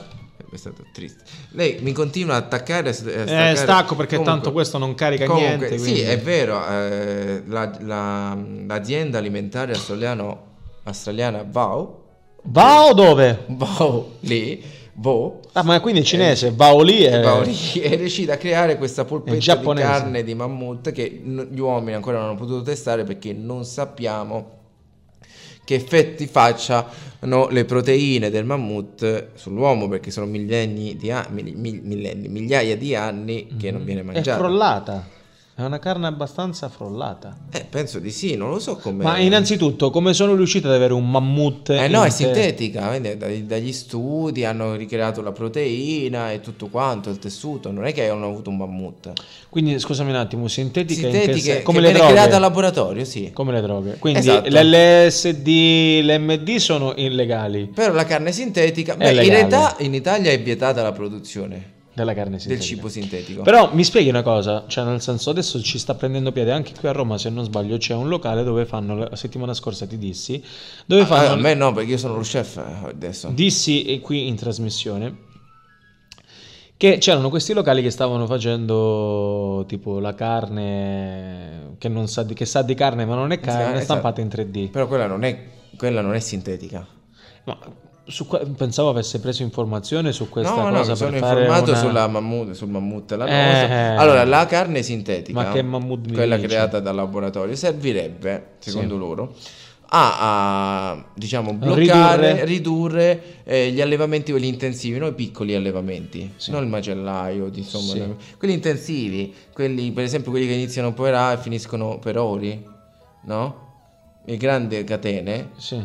S3: è stato triste. Lei mi continua a attaccare. a staccare.
S2: Eh, stacco perché tanto questo non carica niente,
S3: Sì,
S2: quindi.
S3: è vero. eh, la- la- l'azienda alimentare australiano, australiana Bao,
S2: Bao dove?
S3: Bao lì, Bao,
S2: Ah, ma quindi è cinese. Bao lì è.
S3: Bao Eh, lì, è riuscita a creare questa
S2: è
S3: polpetta di
S2: giapponese.
S3: carne di mammut che n- gli uomini ancora non hanno potuto testare perché non sappiamo che effetti facciano le proteine del mammut sull'uomo perché sono millenni di a- mil- mil- millenni, migliaia di anni che non viene
S2: Mm-hmm. È
S3: mangiata.
S2: frollata. È una carne abbastanza frollata.
S3: Eh, penso di sì, non lo so come.
S2: Ma innanzitutto, come sono riusciti ad avere un mammut?
S3: Eh no, è
S2: in te-
S3: sintetica, quindi da- dagli studi hanno ricreato la proteina e tutto quanto, il tessuto, non è che hanno avuto un mammut.
S2: Quindi scusami un attimo, sintetica, in che
S3: Sintetiche
S2: sen- come
S3: che
S2: le
S3: viene
S2: droghe?
S3: creata al laboratorio, sì.
S2: Come le droghe? Quindi
S3: Esatto.
S2: l'LSD, l'MD sono illegali
S3: Però la carne sintetica, beh, in
S2: legale.
S3: realtà in Italia è vietata la produzione
S2: della carne sintetica.
S3: del cibo sintetico.
S2: Però mi spieghi una cosa, cioè nel senso adesso ci sta prendendo piede anche qui a Roma, se non sbaglio, c'è un locale dove fanno, la settimana scorsa ti dissi, dove
S3: Ah,
S2: fanno...
S3: a me no, perché io sono lo chef eh, adesso.
S2: dissi eh, qui in trasmissione che c'erano questi locali che stavano facendo tipo la carne che, non sa, di, che sa di carne ma non è carne
S3: Esatto.
S2: stampata in 3D
S3: Però quella non è, quella non è sintetica.
S2: ma su que- pensavo avesse preso informazione su questa
S3: no, no,
S2: cosa per
S3: mi sono
S2: fare
S3: informato
S2: una-
S3: sulla mammut, sul mammut la
S2: Eh.
S3: Allora, la carne sintetica,
S2: Ma che mammut mi
S3: quella
S2: dici?
S3: creata dal laboratorio, servirebbe, secondo loro, a, a, diciamo bloccare, ridurre,
S2: Ridurre.
S3: eh, gli allevamenti quelli intensivi, no i piccoli allevamenti, non il macellaio, di- insomma,
S2: Sì.
S3: quelli intensivi, quelli per esempio quelli che iniziano per A e finiscono per ori, no? Le grandi catene
S2: Sì.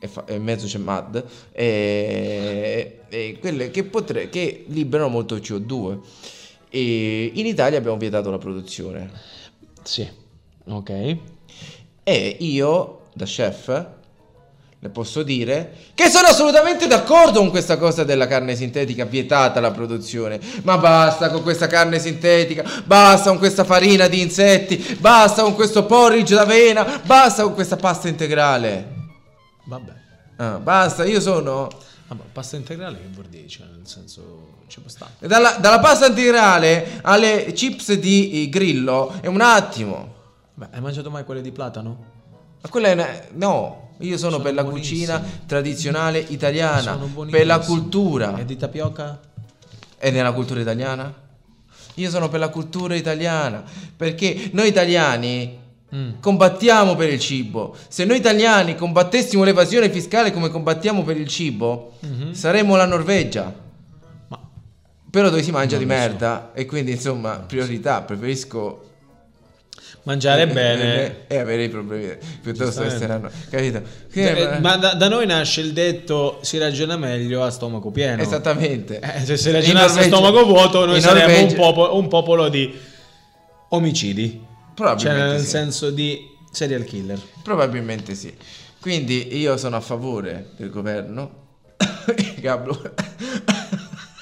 S3: e, fa- e in mezzo c'è MAD, e, e quelle che, potre- che liberano molto CO2. E in Italia abbiamo vietato la produzione.
S2: sì ok
S3: E io, da chef, le posso dire che sono assolutamente d'accordo con questa cosa della carne sintetica, vietata la produzione. Ma basta con questa carne sintetica, basta con questa farina di insetti, basta con questo porridge d'avena, basta con questa pasta integrale.
S2: vabbè
S3: Ah, basta, io sono
S2: Vabbè, pasta integrale che vuol dire cioè nel senso ci può stare
S3: Dalla, dalla pasta integrale alle chips di eh, grillo è un attimo.
S2: Beh, hai mangiato mai quelle di platano?
S3: Ma quella è una... No, io sono,
S2: Sono
S3: per la
S2: buonissime.
S3: cucina tradizionale italiana,
S2: Sono buonissime.
S3: per la cultura.
S2: e di tapioca?
S3: E nella cultura italiana? Io sono per la cultura italiana. Perché noi italiani
S2: Mm.
S3: combattiamo per il cibo. Se noi italiani combattessimo l'evasione fiscale come combattiamo per il cibo,
S2: Mhm.
S3: saremmo la Norvegia. Però dove si mangia di merda. E quindi, insomma, priorità, preferisco
S2: Mangiare
S3: eh,
S2: bene.
S3: eh, eh, E avere i problemi piuttosto che
S2: Giustamente.
S3: essere a noi, capito? Che-
S2: Eh, Ma da, da noi nasce il detto si ragiona meglio a stomaco pieno.
S3: Esattamente.
S2: Eh, se si
S3: In
S2: ragionasse a
S3: Norvegia-
S2: stomaco vuoto, noi
S3: in
S2: saremmo un,
S3: Norvegia-
S2: popo- un popolo di omicidi. Cioè,
S3: Probabilmente
S2: nel
S3: sì.
S2: senso di serial killer.
S3: Probabilmente sì. Quindi io sono a favore del governo. Gablo.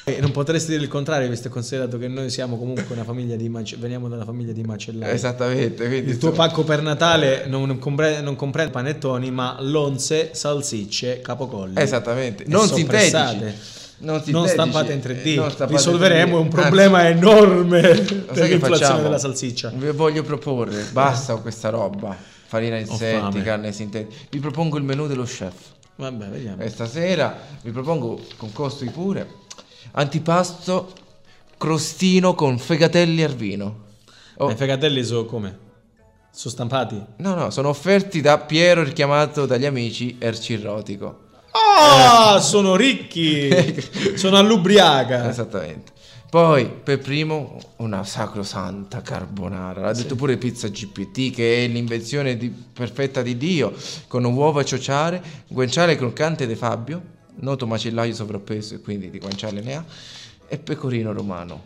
S2: E non potresti dire il contrario, visto e considerato che noi siamo comunque una famiglia di mace- veniamo dalla famiglia di macellari.
S3: Esatto. Esattamente. Quindi,
S2: Il tuo
S3: insomma,
S2: pacco per Natale non, compre- non comprende panettoni, ma lonze, salsicce, capocolli.
S3: Esattamente.
S2: E
S3: Esatto. Non
S2: soppressate.
S3: sintetici. Non,
S2: Non
S3: sintetici,
S2: stampate in
S3: eh, non
S2: 3D.
S3: stampate in
S2: Risolveremo
S3: 3D.
S2: un
S3: Anzi,
S2: problema enorme
S3: lo sai che
S2: dell'inflazione
S3: facciamo?
S2: della salsiccia.
S3: Vi voglio proporre, basta con questa roba. Farina di
S2: Ho
S3: insetti,
S2: fame.
S3: carne sintetica. Vi propongo il menù dello chef.
S2: Vabbè, vediamo.
S3: E stasera vi propongo con costi pure antipasto crostino con fegatelli al vino. Oh,
S2: Ma I fegatelli sono come? Sono stampati?
S3: no, no, sono offerti da Piero richiamato dagli amici Ercirrotico.
S2: Ah, sono ricchi! sono all'ubriaca.
S3: Esattamente. Poi per primo una sacrosanta carbonara. L'ha detto pure Pizza GPT che è l'invenzione di- perfetta di Dio con uova ciociare, guanciale croccante De Fabio, noto macellaio sovrappeso e quindi di guanciale ne ha, e pecorino romano.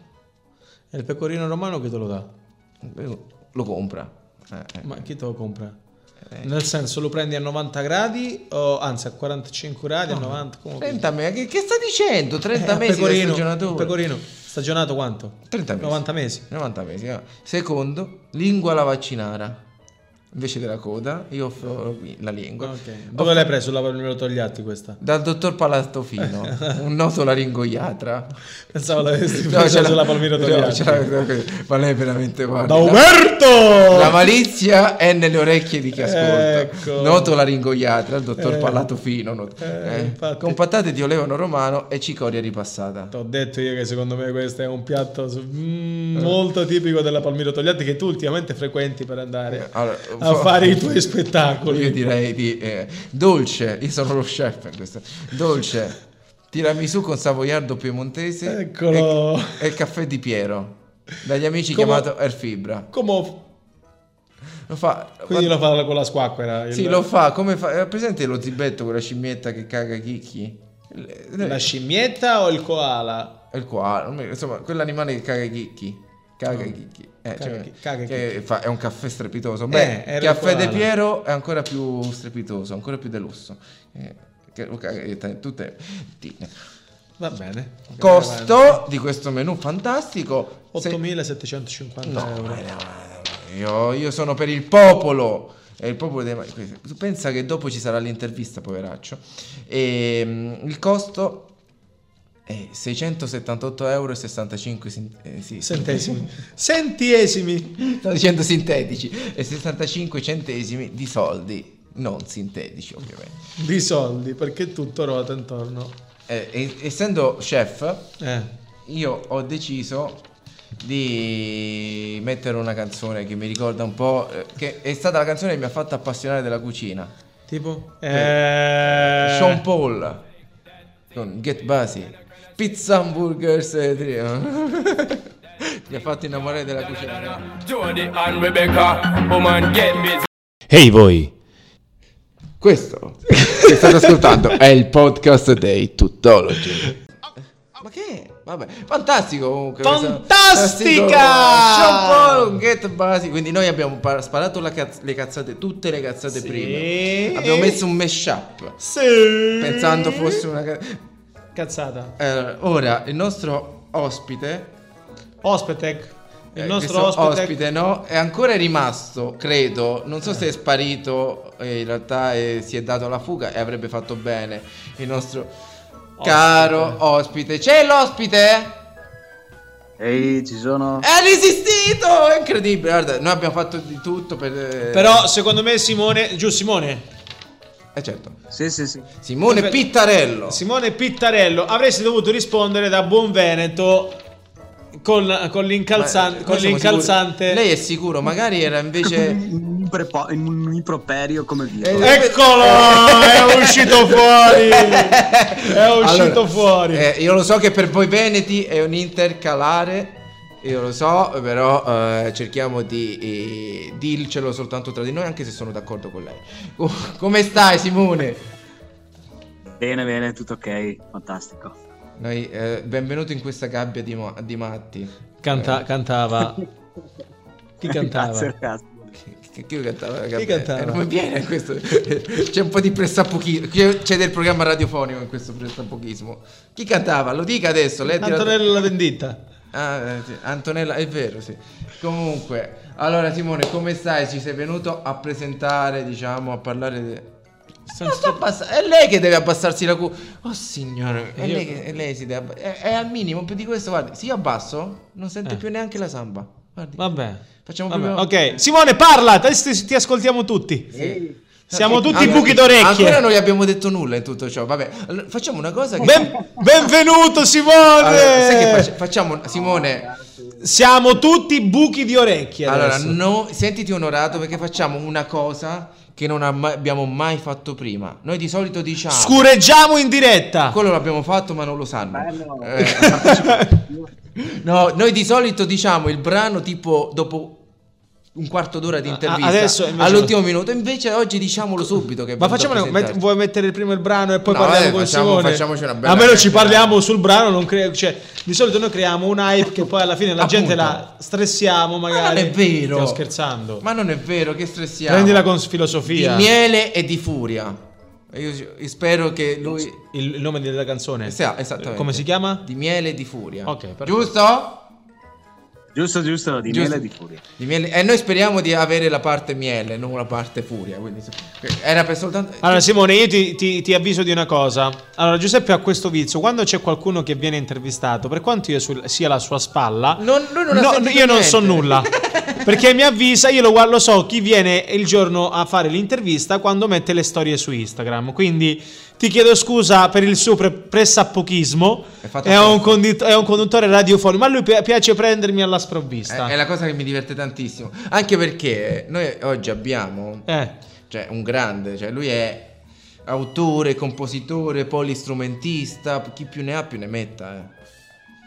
S2: E il pecorino romano chi te lo dà?
S3: lo compra. Eh, eh.
S2: Ma chi te lo compra? Nel senso lo prendi a 90 gradi, o, anzi a 45 gradi, a 90, comunque.
S3: 30 mesi, che, che sta dicendo? 30
S2: Eh, a
S3: mesi
S2: pecorino,
S3: da stagionatore.
S2: a pecorino. Stagionato quanto?
S3: 30 mesi.
S2: 90 mesi.
S3: 90 mesi. no. Secondo, lingua alla vaccinara. Invece della coda, io offro qui la lingua.
S2: Ah, Ok. Dove l'hai preso? La me lo togliatti questa?
S3: Dal dottor Palattofino, un noto laringoiatra.
S2: Pensavo l'avessi
S3: No,
S2: preso
S3: ce l'ha-
S2: sulla palmiro
S3: no,
S2: togliatti.
S3: ce l'ha- no, ma lei è veramente guarda.
S2: da Eh? Uberto!
S3: La malizia è nelle orecchie di chi ascolta.
S2: Ecco.
S3: Noto laringoiatra, il dottor
S2: Eh.
S3: Palatofino. not-
S2: Eh,
S3: eh.
S2: infatti.
S3: Con patate di olevano romano e cicoria ripassata.
S2: Ti ho detto io che secondo me questo è un piatto su- mm,
S3: Eh.
S2: molto tipico della Palmiro Togliatti che tu ultimamente frequenti per andare
S3: Allora,
S2: a fare i tuoi spettacoli.
S3: Ah, Io direi di eh, dolce, io sono lo chef in questo. Dolce, tiramisù con savoiardo piemontese
S2: Eccolo.
S3: E, e il caffè di Piero. Dagli amici
S2: Come-
S3: chiamato Erfibra.
S2: Come ho-
S3: Lo fa,
S2: Quindi lo fa con la squacquera. il-
S3: sì, lo fa, come fa? eh, Presente lo zibetto, quella scimmietta che caga chicchi?
S2: La scimmietta o il koala?
S3: il qua, non mi- insomma, quell'animale che caga i chicchi. Caga i chicchi. Eh,
S2: Caga
S3: cioè,
S2: chi- caga i
S3: che
S2: chicchi. Eh,
S3: fa- è un caffè strepitoso. Beh,
S2: era il
S3: caffè De
S2: koala.
S3: Piero è ancora più strepitoso, ancora più delusso. Eh, che lo caga eh, te- tutte. ti-
S2: Va bene.
S3: Costo di questo menù fantastico. se-
S2: 8.750
S3: No,
S2: euro.
S3: eh, no, io, io sono per il popolo. E il popolo dei- Tu pensa che dopo ci sarà l'intervista, poveraccio. E, mm, il costo è 678,65 euro. eh, sì,
S2: Centesimi. Sentiesimi.
S3: Sto dicendo sintetici. E 65 centesimi di soldi non sintetici, ovviamente.
S2: di soldi perché tutto ruota intorno.
S3: Eh, e- essendo chef,
S2: Eh.
S3: io ho deciso di mettere una canzone che mi ricorda un po'. eh, che è stata la canzone che mi ha fatto appassionare della cucina.
S2: Tipo?
S3: Eh,
S2: Eh.
S3: Sean Paul con Get Basi Pizza Hamburgers e Trio. Mi ha fatto innamorare della cucina.
S6: Jody and Rebecca, woman get busy.
S1: Ehi voi!
S3: Questo che state ascoltando è il podcast dei Tuttologi. Ma che? Vabbè, fantastico comunque. questa-
S2: Fantastica!
S3: fantastico. Sean Paul con Get Basi. Quindi noi abbiamo par- sparato la caz- le cazzate, tutte le cazzate prima. Abbiamo messo un mesh up.
S2: Sì.
S3: Pensando fosse una ca-
S2: Cazzata.
S3: Eh, ora il nostro ospite,
S2: Ospitec. Il
S3: eh,
S2: nostro
S3: questo
S2: ospite.
S3: no, è ancora rimasto, credo. Non so se è sparito, eh, in realtà eh, si è dato alla fuga e avrebbe fatto bene. Il nostro caro ospite, c'è l'ospite?
S7: Ehi, ci sono.
S3: È resistito! È incredibile, guarda, noi abbiamo fatto di tutto per. eh,
S2: Però secondo me Simone, giù Simone,
S3: eh, certo.
S7: Sì, sì, sì.
S3: Simone
S2: Vabbè.
S3: Pittarello.
S2: Simone Pittarello, avresti dovuto rispondere da buon Veneto Con, con
S3: Ma-
S2: l'incalzante.
S3: Eh, noi
S2: Con
S3: siamo
S2: l'incalzante.
S3: sicuri? Lei è sicuro, magari era
S7: Cioè,
S3: invece.
S7: Un iprepo- un improperio come via.
S3: Eh,
S2: Eccolo! È uscito fuori! È uscito
S3: Allora,
S2: fuori!
S3: eh, io lo so che per voi veneti è un intercalare. Io lo so, però eh, cerchiamo di eh, dircelo soltanto tra di noi, anche se sono d'accordo con lei. Co- come stai, Simone?
S7: Bene, bene, tutto ok, fantastico.
S3: Noi, eh, benvenuto in questa gabbia di, mo- di matti.
S2: Canta- cantava. Chi
S7: Grazie,
S2: cantava?
S7: ragazzi.
S3: Chi, chi cantava? Gabbia?
S2: cantava?
S3: Eh, non mi viene questo. C'è un po' di pressapochismo. C'è del programma radiofonico in questo pressapochismo. Chi cantava? Lo dica adesso. Lei ha tirato-
S2: Antonello la vendita.
S3: Ah, eh, sì, Antonella, è vero, sì. Comunque, allora Simone, come stai? Ci sei venuto a presentare, diciamo, a parlare di... Ah, sta abbassa- È lei che deve abbassarsi la cu... Oh signore, è,
S2: Io-
S3: lei, che- è lei si deve abba- è, è al minimo, più di questo, guardi, se io abbasso non sente
S2: Eh.
S3: più neanche la samba. Guardi.
S2: Vabbè.
S3: Facciamo
S2: Vabbè,
S3: proprio-
S2: Ok, Simone, parla. adesso Ti, ti ascoltiamo tutti.
S3: Sì.
S2: Siamo
S3: Ah,
S2: tutti
S3: sì.
S2: buchi d'orecchie.
S3: Ancora non gli abbiamo detto nulla in tutto ciò, vabbè. Allora, facciamo una cosa che...
S2: Ben- benvenuto, Simone.
S3: Allora, sai che fac- facciamo, Simone...
S2: Siamo tutti buchi di orecchie.
S3: Allora,
S2: adesso.
S3: no, sentiti onorato perché facciamo una cosa che non ha mai- abbiamo mai fatto prima. Noi di solito diciamo...
S2: scureggiamo in diretta.
S3: Quello l'abbiamo fatto ma non lo sanno.
S7: Bello.
S3: Eh. no, noi di solito diciamo il brano tipo dopo un quarto d'ora di intervista.
S2: Ah, adesso invece-
S3: all'ultimo minuto. Invece ogget diciamolo subito. Che è
S2: Ma
S3: venuto a
S2: facciamo una- met-
S3: presentarsi.
S2: vuoi mettere prima il brano e poi
S3: No,
S2: parliamo
S3: vabbè,
S2: con
S3: facciamo-
S2: Simone?
S3: facciamoci una bella
S2: Almeno ci
S3: chiacchierata.
S2: parliamo sul brano, non cre- cioè, di solito noi creiamo un hype che poi alla fine la gente la stressiamo
S3: Ma non
S2: magari.
S3: è vero.
S2: Stiamo scherzando.
S3: Ma non è vero, che stressiamo.
S2: Prendila con s-
S3: Di
S2: filosofia.
S3: miele e di furia. E Io io spero che lui...
S2: Il, il nome della canzone.
S3: Eh, sì, esattamente.
S2: Come si chiama?
S3: Di miele e di furia.
S2: Ok, perfetto.
S3: Giusto?
S7: Giusto, giusto, di
S3: Giusto.
S7: miele e di furia.
S3: Di miele- E noi speriamo di avere la parte miele, non la parte furia. Quindi se- era per soltanto.
S2: Allora Simone, io ti, ti- ti avviso di una cosa. Allora Giuseppe ha questo vizio, quando c'è qualcuno che viene intervistato, per quanto io sul- sia la sua spalla,
S3: Non- lui non ha
S2: no,
S3: sentito
S2: io non so
S3: niente.
S2: nulla. Perché mi avvisa, io lo, guardo- lo so chi viene il giorno a fare l'intervista quando mette le storie su Instagram. Quindi ti chiedo scusa per il suo pre- pressappochismo.
S3: È
S2: È,
S3: fatto
S2: un
S3: apposta.
S2: condit- è un conduttore radiofonico, ma a lui pi- piace prendermi alla
S3: è,
S2: sprovvista.
S3: Eh, è la cosa che mi diverte tantissimo. Anche perché noi oggi abbiamo.
S2: Eh.
S3: Cioè, un grande. Cioè, lui è autore, compositore, polistrumentista. Chi più ne ha più ne metta. eh.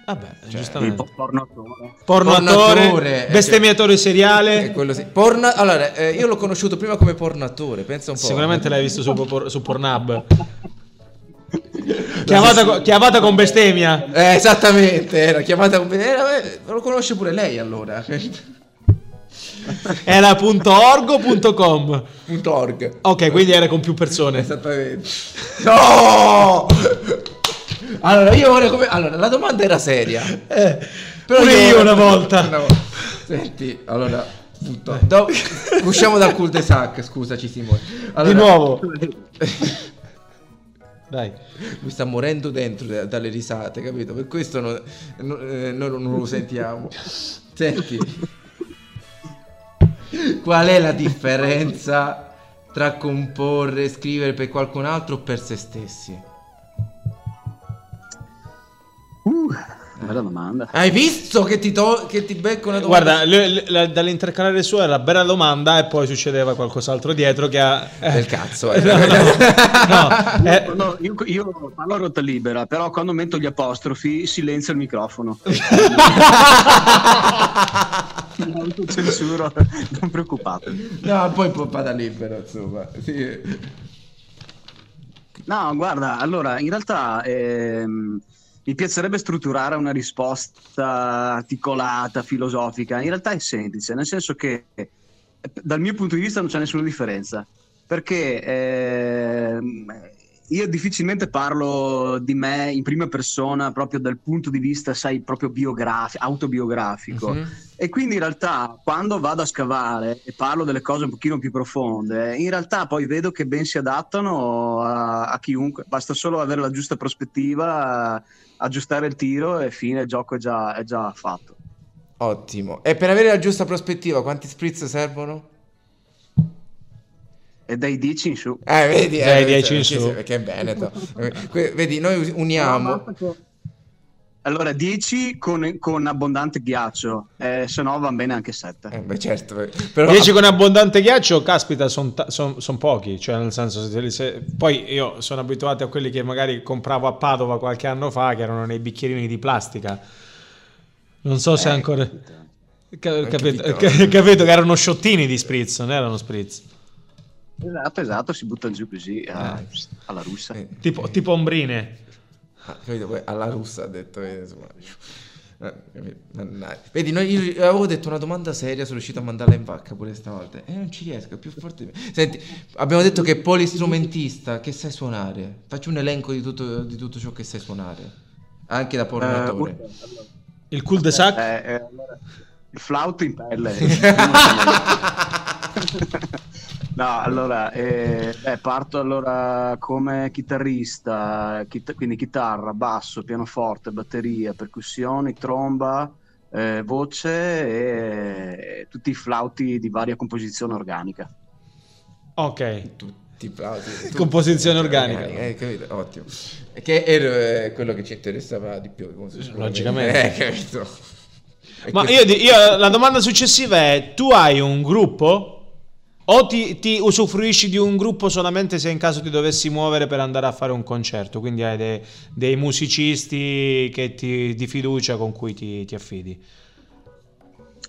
S2: Vabbè,
S3: Cioè,
S7: Il
S2: giustamente.
S7: po- pornotone.
S2: Porno
S3: pornatore,
S2: attore,
S3: eh,
S2: bestemmiatore seriale.
S3: È quello sì. Porna- allora, eh, io l'ho conosciuto prima come pornatore, pensa un po'. eh.
S2: Sicuramente l'hai visto su, por- su Pornhub. chiamata, co- chiamata con bestemmia.
S3: Eh, esattamente, era chiamata come... era- eh, lo conosce pure lei allora.
S2: Era .org.com.
S3: Punto org.
S2: Ok, quindi era con più persone.
S3: Oh, Esattamente. No! Allora, io ora come... Allora, la domanda era seria.
S2: Eh, pure io, una volta. Eh.
S3: No. Senti, allora... punto. Do- Usciamo dal cul de sac, scusaci Simone. Allora,
S2: Di nuovo. Dai.
S3: Mi sta morendo dentro da- dalle risate, capito? Per questo non- non- eh, noi non lo sentiamo. Senti, qual è la differenza tra comporre, scrivere per qualcun altro o per se stessi?
S7: Uh, bella domanda.
S3: Hai visto che ti, to- che ti becco una domanda?
S2: Guarda, le- le- la- dall'intercalare sua era bella domanda e poi succedeva qualcos'altro dietro che ha... eh,
S3: Del cazzo, eh.
S2: no, no, no, eh,
S7: No, io, io parlo a rotta libera, però quando metto gli apostrofi silenzio il microfono. non censuro, non preoccupatevi.
S3: No, poi poppata libera, insomma. Sì.
S7: No, guarda, allora, in realtà ehm, mi piacerebbe strutturare una risposta articolata, filosofica. In realtà è semplice, nel senso che eh, dal mio punto di vista non c'è nessuna differenza, perché ehm, io difficilmente parlo di me in prima persona proprio dal punto di vista, sai, proprio biografi- autobiografico.
S2: Mhm. mm-hmm.
S7: E quindi in realtà quando vado a scavare e parlo delle cose un pochino più profonde, in realtà poi vedo che ben si adattano a, a chiunque, basta solo avere la giusta prospettiva, aggiustare il tiro e fine, il gioco è già, è già fatto.
S3: Ottimo. E per avere la giusta prospettiva, quanti spritz servono?
S7: E dai 10 in su.
S3: Eh, vedi, eh,
S2: Dai,
S3: vedi,
S2: dieci in
S3: sì,
S2: su.
S3: sì, perché è Veneto. Que- vedi, noi us- uniamo.
S7: Allora, 10 con, con abbondante ghiaccio, eh, se no va bene anche 7.
S3: Eh, beh, certo. Però,
S2: 10 con abbondante ghiaccio, caspita, sono pochi. Cioè, nel senso, se te li- se- poi io sono abituato a quelli che magari compravo a Padova qualche anno fa, che erano nei bicchierini di plastica. Non so se
S3: Eh,
S2: ancora. Ca- capito,
S3: capito. eh.
S2: ca- capito che erano sciottini di spritz, non erano spritz.
S7: Esatto, esatto, si butta giù così a-
S3: Eh.
S7: alla russa.
S3: eh,
S2: Tipo, tipo ombrine.
S3: Ah, capito? Poi alla russa ha detto. eh, insomma, eh, capito? Mannaggia. Vedi, noi- io avevo detto una domanda seria, sono riuscito a mandarla in vacca pure stavolta. E non ci riesco, è più forte. di me. Senti, abbiamo detto che polistrumentista, che sai suonare? Facci un elenco di tutto, di tutto ciò che sai suonare. Anche da
S7: Eh,
S3: pornatore.
S7: un-
S2: Il cul de sac.
S7: eh, eh, allora, il flauto in pelle. no, allora, eh, beh, parto allora come chitarrista, chit- quindi chitarra, basso, pianoforte, batteria, percussioni, tromba, eh, voce e e tutti i flauti di varia composizione organica.
S2: Ok.
S3: Tutti i plausi, tutti.
S2: Composizione organica.
S3: Eh, capito? Ottimo. E Che era eh, quello che ci interessava di più. come si suol dire.
S2: Logicamente.
S3: Eh, capito? E
S2: Ma
S3: questo-
S2: io, di- io- la domanda successiva è: tu hai un gruppo? O ti, ti usufruisci di un gruppo solamente se in caso ti dovessi muovere per andare a fare un concerto? Quindi hai de- dei musicisti che ti, di fiducia con cui ti, ti affidi.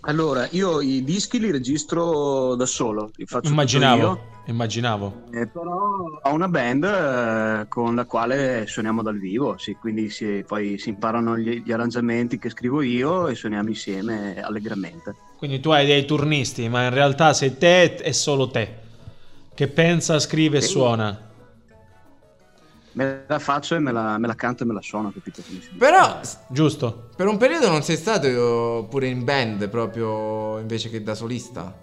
S7: Allora, io i dischi li registro da solo, li faccio tutto
S2: Immaginavo,
S7: io.
S2: immaginavo.
S7: Eh, però ho una band eh, con la quale suoniamo dal vivo, sì, quindi si- poi si imparano gli, gli arrangiamenti che scrivo io e suoniamo insieme allegramente.
S2: Quindi tu hai dei turnisti, ma in realtà sei te e solo te che pensa, scrive e
S7: Sì.
S2: suona.
S7: Me la faccio e me la, me la canto e me la suono, capito? Come si dice?
S3: Però
S2: Ah.
S3: s-
S2: Giusto?
S3: per un periodo non sei stato io, pure in band proprio invece che da solista.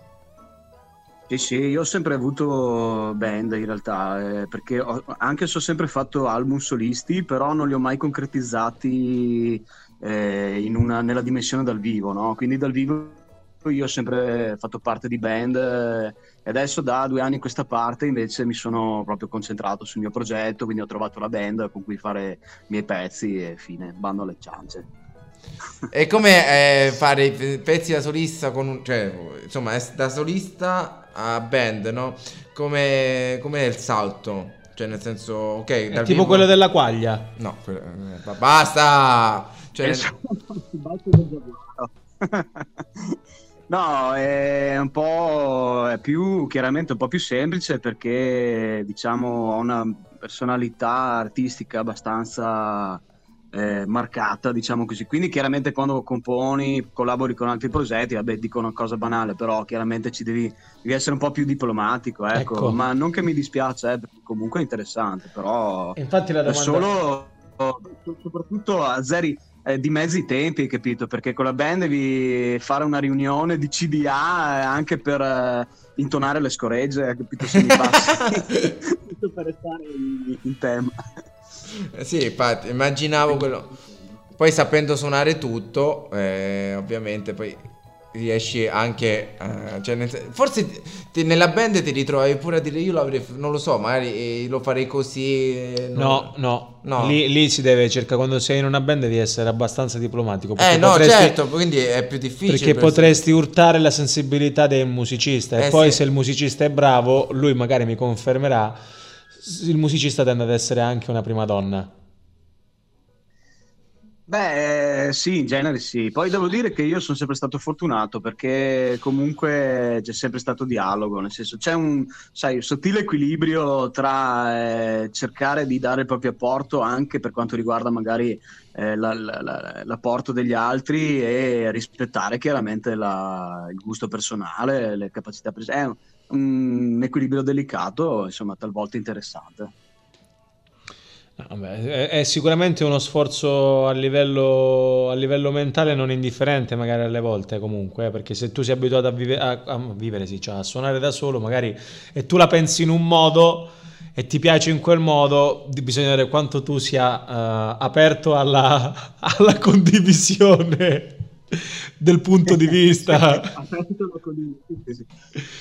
S7: Sì, sì, io ho sempre avuto band in realtà, eh, perché ho- anche se ho sempre fatto album solisti, però non li ho mai concretizzati eh, in una- nella dimensione dal vivo, no? Quindi dal vivo io ho sempre fatto parte di band eh, e adesso da due anni a questa parte invece mi sono proprio concentrato sul mio progetto, quindi ho trovato la band con cui fare i miei pezzi e fine, bando alle ciance.
S3: È come eh, fare i pe- pezzi da solista con un... cioè, insomma, es- da solista a band, no? Come, come è il salto? Cioè, nel senso, ok,
S2: È
S3: dal
S2: tipo
S3: vivo-
S2: quello della quaglia.
S3: No, quello- eh, ba- basta! Cioè,
S7: No, è un po' è più chiaramente un po' più semplice perché diciamo ho una personalità artistica abbastanza eh, marcata, diciamo così. Quindi chiaramente quando componi, collabori con altri progetti, vabbè, dico una cosa banale, però chiaramente ci devi, devi essere un po' più diplomatico, ecco.
S2: Ecco.
S7: Ma non che mi dispiace, eh, perché comunque è interessante, però
S2: Infatti la
S7: da
S2: domanda
S7: solo soprattutto a zeri eh, di mezzi i tempi, capito? Perché con la band devi fare una riunione di CDA eh, anche per eh, intonare le scoregge, capito? Se mi passi Tutto per restare in, in tema.
S3: eh, sì, infatti, immaginavo quello... Poi sapendo suonare tutto, eh, ovviamente poi riesci anche... a- cioè, nel sen- forse ti- ti- nella band ti ritrovi pure a dire io l'avrei... f- non lo so, magari eh, lo farei così... eh, non-
S2: No, no,
S3: No.
S2: Lì, lì si deve cercare quando sei in una band devi essere abbastanza diplomatico. perché
S3: Eh no,
S2: potresti-
S3: certo, quindi è più difficile.
S2: Perché
S3: per-
S2: potresti urtare la sensibilità del musicista e
S3: Eh,
S2: poi
S3: sì.
S2: se il musicista è bravo, lui magari mi confermerà, s- il musicista tende ad essere anche una prima donna.
S7: Beh, eh, sì, in genere sì. Poi devo dire che io sono sempre stato fortunato perché comunque c'è sempre stato dialogo, nel senso c'è un, sai, un sottile equilibrio tra eh, cercare di dare il proprio apporto anche per quanto riguarda magari eh, la- la- la- l'apporto degli altri e rispettare chiaramente la- il gusto personale, le capacità pres- È un- un equilibrio delicato, insomma, talvolta interessante.
S2: No, vabbè, è, è sicuramente uno sforzo a livello, a livello mentale non indifferente, magari alle volte comunque, eh, perché se tu sei abituato a, vive- a- a vivere, sì, cioè a suonare da solo, magari e tu la pensi in un modo e ti piace in quel modo, di- bisogna vedere quanto tu sia eh, aperto alla, alla condivisione del punto di vista.
S7: Aperti alla condivisione, sì.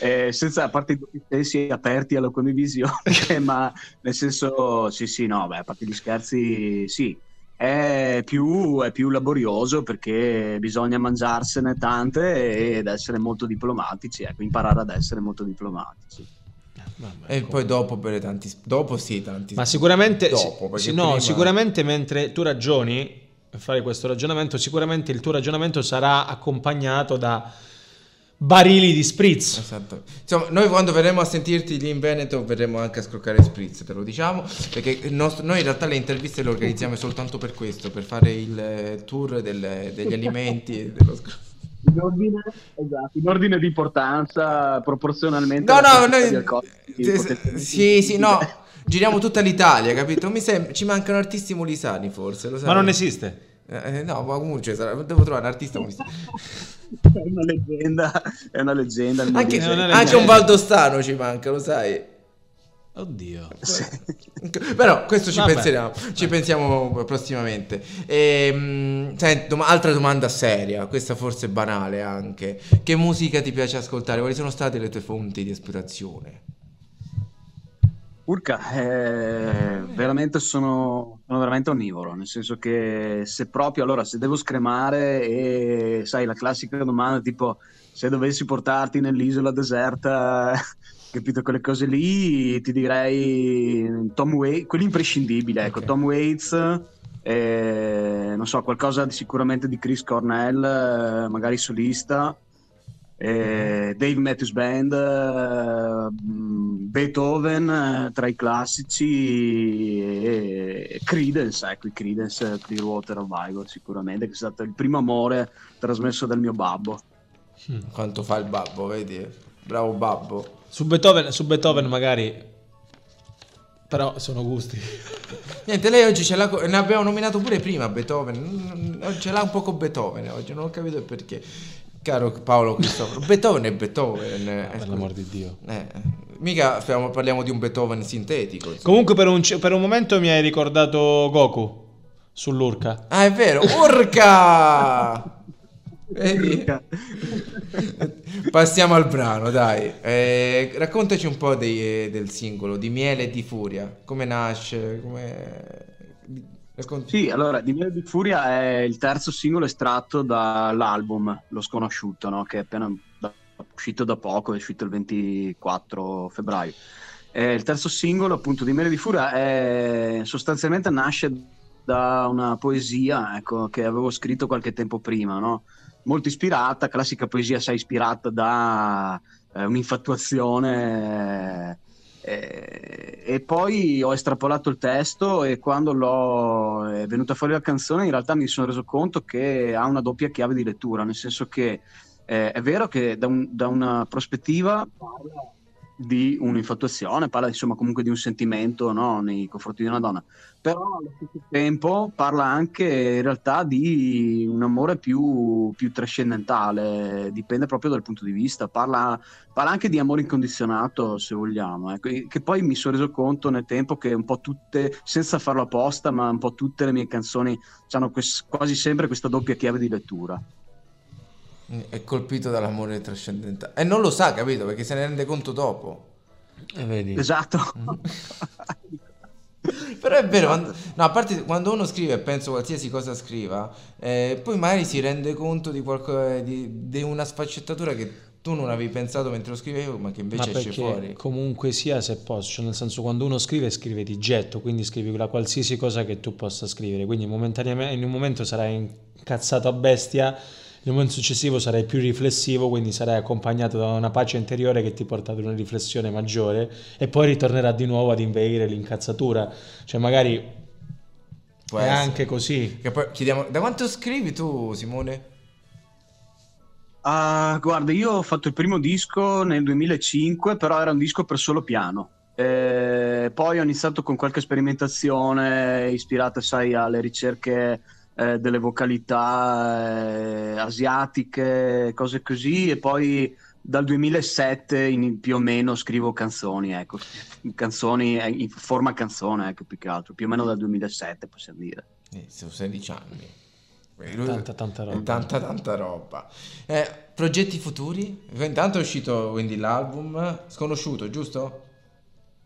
S7: Eh, senza a parte i dubbi stessi aperti alla condivisione ma nel senso sì sì no beh, a parte gli scherzi sì È più, è più laborioso perché bisogna mangiarsene tante ed essere molto diplomatici, ecco, imparare ad essere molto diplomatici.
S3: E poi dopo bere tanti... sp- Dopo sì, tanti...
S2: Ma
S3: sp-
S2: sicuramente,
S3: Dopo, perché
S2: sì, no,
S3: prima-
S2: sicuramente mentre tu ragioni, fare questo ragionamento, sicuramente il tuo ragionamento sarà accompagnato da barili di spritz.
S3: Esatto. Insomma, noi quando verremo a sentirti lì in Veneto verremo anche a scroccare spritz, te lo diciamo, perché il nostro- noi in realtà le interviste le organizziamo soltanto per questo, per fare il eh, tour del- degli alimenti e dello scro-
S7: In ordine, esatto, in ordine di importanza, proporzionalmente...
S3: No,
S7: alla
S3: no,
S7: quantità
S3: noi...
S7: di alcol che
S3: s-
S7: potete-
S3: Sì, sì, no. Giriamo tutta l'Italia, capito? Mi sem- ci mancano artisti molisani forse, lo sai.
S2: Ma non esiste.
S3: Eh, eh, no, ma comunque sarà- devo trovare un artista molisano.
S7: È una leggenda, è una leggenda. il
S3: Anche,
S2: non è
S7: Molise.
S2: leggenda.
S3: anche un Valdostano ci manca, lo sai.
S2: Oddio.
S3: Però questo ci
S2: Vabbè.
S3: penseremo, ci pensiamo prossimamente. Ehm, senti, dom- altra domanda seria, questa forse banale anche. Che musica ti piace ascoltare? Quali sono state le tue fonti di ispirazione?
S7: Urca, eh, veramente sono, sono veramente onnivoro, nel senso che se proprio, allora se devo scremare e sai la classica domanda tipo se dovessi portarti nell'isola deserta, capito quelle cose lì, ti direi Tom Waits, quell'imprescindibile, ecco,
S3: Ok.
S7: Tom Waits, eh, non so, qualcosa di- sicuramente di Chris Cornell, eh, magari solista. Eh, Dave Matthews Band, eh, mh, Beethoven eh, tra i classici, e Credence, ecco i Credence eh, Clearwater Revival sicuramente, che è stato il primo amore trasmesso dal mio babbo.
S3: Quanto fa il babbo, vedi? Bravo babbo.
S2: Su Beethoven, su Beethoven magari... Però sono gusti.
S3: Eh, Niente, lei oggi ce l'ha, co- ne abbiamo nominato pure prima Beethoven, Mm, ce l'ha un po' con Beethoven oggi, non ho capito il perché. Caro Paolo Cristoforo, Beethoven è Beethoven. eh,
S2: per
S3: scusa.
S2: l'amor di Dio.
S3: Eh, mica stiamo- parliamo di un Beethoven sintetico. insomma.
S2: Comunque per un, per un momento mi hai ricordato Goku sull'urca.
S3: Ah, è vero, urca! Vedi? Passiamo al brano, dai. Eh, raccontaci un po' dei- del singolo, di Miele e di Furia. Come nasce? Come... racconti-
S7: Sì, allora, Di Miele di Furia è il terzo singolo estratto dall'album Lo Sconosciuto, no? che è appena da- uscito da poco, è uscito il 24 febbraio. Eh, il terzo singolo, appunto, di Miele di Furia è- sostanzialmente nasce da una poesia ecco, che avevo scritto qualche tempo prima, no? molto ispirata, classica poesia, sai, ispirata da eh, un'infatuazione. Eh, e poi ho estrapolato il testo e quando l'ho è venuta fuori la canzone in realtà mi sono reso conto che ha una doppia chiave di lettura, nel senso che eh, è vero che da, un- da una prospettiva parla di un'infatuazione, parla insomma comunque di un sentimento no, nei confronti di una donna, però allo stesso tempo parla anche in realtà di un amore più, più trascendentale, dipende proprio dal punto di vista, parla parla anche di amore incondizionato, se vogliamo, ecco, e che poi mi sono reso conto nel tempo che un po' tutte, senza farlo apposta, ma un po' tutte le mie canzoni hanno quasi sempre questa doppia chiave di lettura.
S3: È colpito dall'amore trascendentale. E non lo sa, capito? Perché se ne rende conto dopo.
S7: Esatto.
S3: Però è vero, quando- no, a parte quando uno scrive, penso qualsiasi cosa scriva, eh, poi magari si rende conto di, qualco- eh, di, di una sfaccettatura che tu non avevi pensato mentre lo scrivevi, ma che invece
S2: Ma
S3: esce
S2: perché
S3: fuori.
S2: comunque sia se posso, cioè nel senso quando uno scrive scrive di getto, quindi scrivi la qualsiasi cosa che tu possa scrivere, quindi momentaneamente in un momento sarai incazzato a bestia, nel momento successivo sarai più riflessivo, quindi sarai accompagnato da una pace interiore che ti porta ad una riflessione maggiore e poi ritornerà di nuovo ad inveire l'incazzatura, cioè magari
S3: Può
S2: è
S3: essere.
S2: anche così.
S3: Che poi chiediamo, da quanto scrivi tu, Simone?
S7: Ah, guarda, io ho fatto il primo disco nel 2005, però era un disco per solo piano. Eh, poi ho iniziato con qualche sperimentazione ispirata, sai, alle ricerche eh, delle vocalità eh, asiatiche, cose così, e poi dal 2007 in- più o meno scrivo canzoni, ecco, canzoni eh, in forma canzone, ecco, più che altro, più o meno dal 2007 possiamo dire.
S3: Eh, sono 16 anni. Eh, lui-
S2: Tanta tanta
S3: eh,
S2: roba.
S3: Tanta, tanta roba. Eh, progetti futuri? Intanto è uscito quindi l'album Sconosciuto, giusto?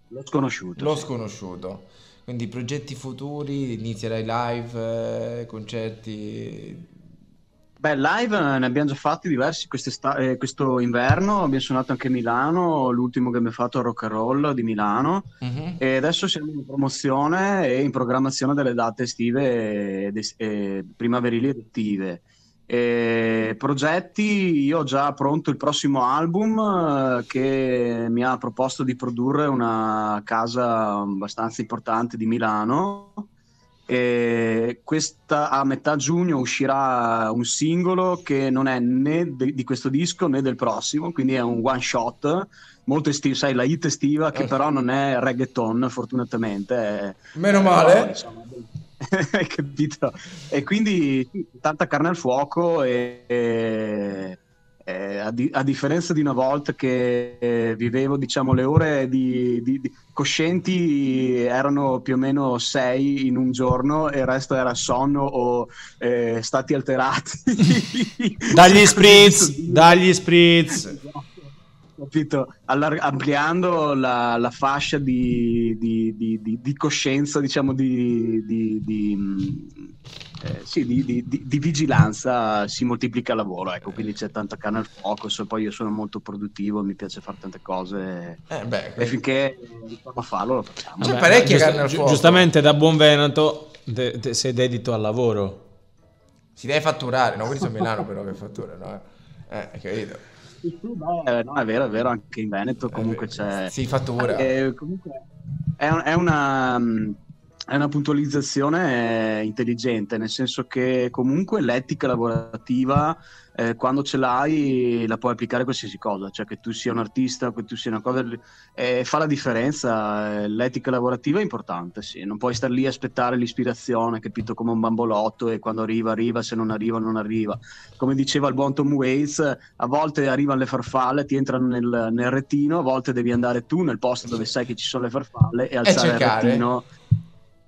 S7: L'ho sconosciuto.
S3: L'ho
S7: sì.
S3: sconosciuto. Quindi progetti futuri, inizierai live, eh, concerti.
S7: Beh, live eh, ne abbiamo già fatti diversi quest'esta- eh, questo inverno, abbiamo suonato anche a Milano, l'ultimo che abbiamo fatto a Rock and Roll di Milano
S3: Mhm.
S7: e adesso siamo in promozione e in programmazione delle date estive ed es- e primaverili ed estive. E progetti, io ho già pronto il prossimo album eh, che mi ha proposto di produrre una casa abbastanza importante di Milano. E questa a metà giugno uscirà un singolo che non è né de- di questo disco né del prossimo, quindi è un one shot molto estivo, sai, la hit estiva che
S3: Eh.
S7: però non è reggaeton, fortunatamente. è-
S3: Meno
S7: eh, però,
S3: male.
S7: insomma, Hai capito? E quindi sì, tanta carne al fuoco e, e- e a, di- a differenza di una volta che eh, vivevo, diciamo, le ore di, di- di- coscienti erano più o meno sei in un giorno e il resto era sonno o eh, stati alterati.
S5: Dagli spritz, dagli spritz.
S7: Capito? Allar- ampliando la, la fascia di, di- di- di- di coscienza, diciamo, di, di- di, mh, eh, sì, di- di- di- di vigilanza si moltiplica il lavoro, ecco, quindi c'è tanta carne al fuoco, so- poi io sono molto produttivo, mi piace fare tante cose
S3: Eh, beh,
S7: e finché riusciamo a farlo lo facciamo.
S3: C'è parecchia
S2: giust-
S3: carne al
S2: gi-
S3: fuoco.
S2: Giustamente da buon Veneto te- te- sei dedito al lavoro.
S3: si deve fatturare, no? Questi sono a Milano però che fatturano, eh. Eh, capito?
S7: Sì, sì, no, eh, no, è vero, è vero, anche in Veneto comunque
S3: Eh,
S7: c'è...
S3: Si fattura.
S7: Eh, comunque è, un- è una, mh, è una puntualizzazione eh, intelligente, nel senso che comunque l'etica lavorativa, eh, quando ce l'hai, la puoi applicare a qualsiasi cosa, cioè che tu sia un artista, che tu sia una cosa, eh, fa la differenza. eh, L'etica lavorativa è importante, sì. Non puoi star lì a aspettare l'ispirazione, capito, come un bambolotto e quando arriva, arriva, se non arriva, non arriva. Come diceva il buon Tom Waits, a volte arrivano le farfalle, ti entrano nel, nel retino, a volte devi andare tu nel posto dove sai che ci sono le farfalle e alzare
S3: cercare.
S7: il retino.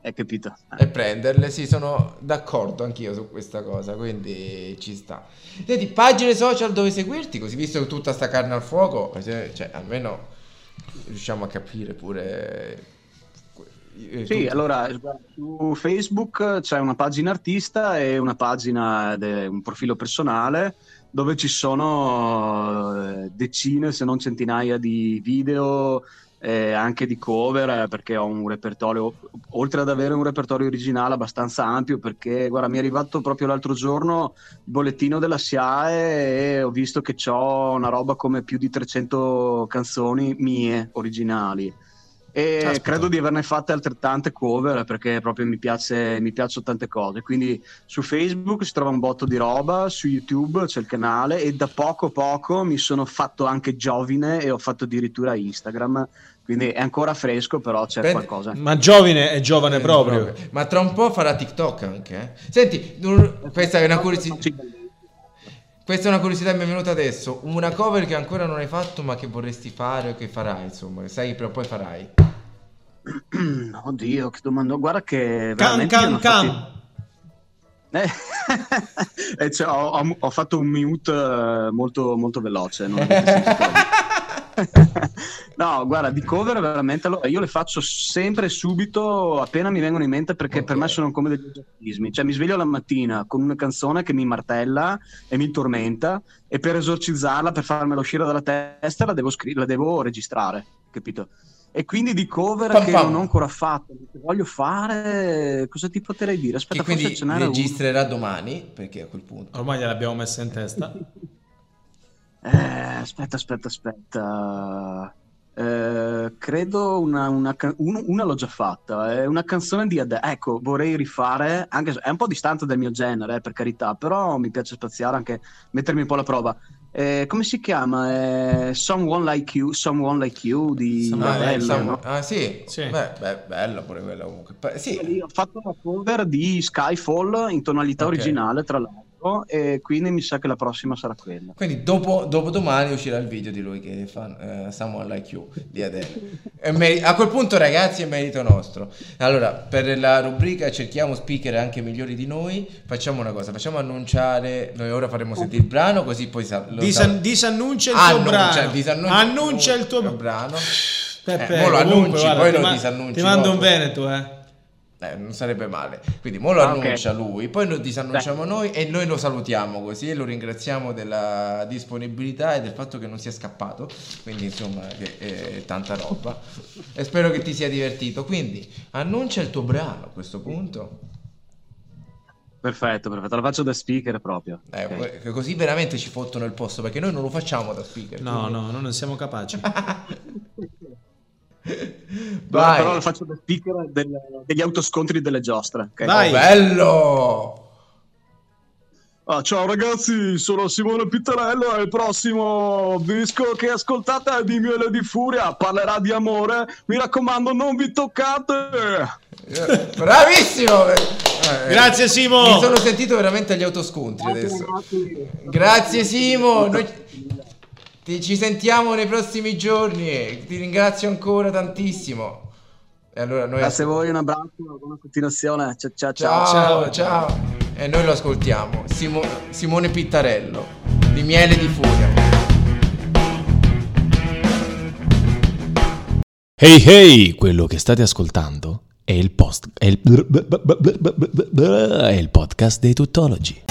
S7: Hai capito? Eh.
S3: e prenderle. Sì, sono d'accordo anch'io su questa cosa, quindi ci sta. Senti, pagine social dove seguirti, così visto che tutta sta carne al fuoco, se- cioè, almeno riusciamo a capire pure... eh,
S7: Sì,
S3: tutto.
S7: allora guarda, su Facebook c'è una pagina artista e una pagina, de- un profilo personale dove ci sono eh, decine se non centinaia di video, eh, anche di cover, eh, perché ho un repertorio, oltre ad avere un repertorio originale abbastanza ampio, perché guarda, mi è arrivato proprio l'altro giorno il bollettino della SIAE e ho visto che ho una roba come più di 300 canzoni mie originali. E
S2: Aspetta.
S7: credo di averne fatte altrettante cover perché proprio mi, piace, mi piacciono tante cose. Quindi su Facebook si trova un botto di roba, su YouTube c'è il canale e da poco poco mi sono fatto anche giovine e ho fatto addirittura Instagram. Quindi è ancora fresco, però c'è
S3: Bene.
S7: qualcosa.
S2: Ma giovine è giovane
S3: Eh,
S2: proprio.
S3: Ma tra un po' farà TikTok anche, eh. Senti, dur- questa è una curiosità... Questa è una curiosità che mi è venuta adesso. Una cover che ancora non hai fatto, ma che vorresti fare o che farai, insomma, che sai che prima o poi farai.
S7: Oddio, che domanda. Guarda che...
S5: Can
S7: veramente io ne
S5: can
S7: ho fatti-
S5: can.
S7: Eh, eh, cioè, ho, ho- ho fatto un mute eh, molto, molto veloce. non avete sentito. no, guarda, di cover veramente allora, io le faccio sempre subito appena mi vengono in mente perché
S3: Ok.
S7: per me sono come degli esorcismi. Cioè, mi sveglio la mattina con una canzone che mi martella e mi tormenta e per esorcizzarla, per farmela uscire dalla testa, la devo, scri- la devo registrare, capito? E quindi di cover
S3: Pam,
S7: che
S3: pam.
S7: non ho ancora fatto, che voglio fare, cosa ti potrei dire? Aspetta,
S3: Che quindi
S7: forse ce n'era uno.
S3: registrerà domani, perché a quel punto...
S2: Ormai gliel'abbiamo messa in testa.
S7: Eh, aspetta, aspetta, aspetta. Eh, credo una, una ca- un- una l'ho già fatta. È una canzone di Adele. Ecco, vorrei rifare. Anche se è un po' distante dal mio genere, eh, per carità, però mi piace spaziare anche, mettermi un po' alla prova. Eh, come si chiama? Eh, Someone Like You, Someone Like You di
S2: Someone
S3: Ah,
S7: Adele,
S3: eh, insomma,
S7: no?
S3: ah, sì,
S2: Sì.
S3: Beh, beh, bella pure quella comunque. Pa- sì,
S7: Lì Ho fatto una cover di Skyfall in tonalità
S3: Ok.
S7: originale, tra l'altro, e quindi mi sa che la prossima sarà quella.
S3: Quindi dopo, domani uscirà il video di lui che fa eh, Someone Like You di Adele. E meri- a quel punto ragazzi è merito nostro. Allora, per la rubrica cerchiamo speaker anche migliori di noi. Facciamo una cosa, facciamo annunciare, noi ora faremo sentire il brano così poi sa- lo sa-
S5: Disan- disannuncia il tuo
S3: Annuncia,
S5: brano.
S3: Ah, cioè, disannuncia-
S5: Annuncia il tuo
S3: brano.
S5: Peppe,
S3: Eh, mo lo
S5: comunque,
S3: annunci,
S5: guarda,
S3: poi
S5: ti
S3: lo
S5: ma-
S3: disannunci
S5: Ti mando
S3: dopo.
S5: un Veneto, eh.
S3: Eh, non sarebbe male. Quindi mo lo
S7: Ah, ok.
S3: annuncia lui, poi lo disannunciamo noi e noi lo salutiamo così e lo ringraziamo della disponibilità e del fatto che non sia scappato. Quindi insomma, che, eh, tanta roba. e spero che ti sia divertito. Quindi annuncia il tuo brano a questo punto.
S7: Perfetto, perfetto. La faccio da speaker proprio.
S3: Eh,
S7: Ok.
S3: poi- Così veramente ci fottono il posto perché noi non lo facciamo da speaker.
S2: No, no, noi non siamo
S3: Eh,
S2: capaci.
S3: quindi-
S7: Però-
S3: Vai.
S7: Però la faccio da speaker del- degli autoscontri delle giostre. ok?
S2: Vai.
S3: Bello!
S7: Ah, ciao ragazzi, sono Simone Pittarello e il prossimo disco che ascoltate è di Miele di Furia, parlerà di amore. Mi raccomando, non vi toccate!
S3: Eh, Bravissimo! Eh,
S5: Grazie
S3: Mi
S5: Simo.
S3: sono sentito veramente agli autoscontri adesso. Grazie Simo, noi ti- ci sentiamo nei prossimi giorni, ti ringrazio ancora tantissimo. E allora noi
S7: Grazie a voi, un abbraccio, buona continuazione. Ciao ciao ciao.
S3: ciao, ciao, E noi lo ascoltiamo, Simo- Simone Pittarello, di Miele di Furia.
S1: Hey hey, quello che state ascoltando è il post è il, è il podcast dei tuttologi.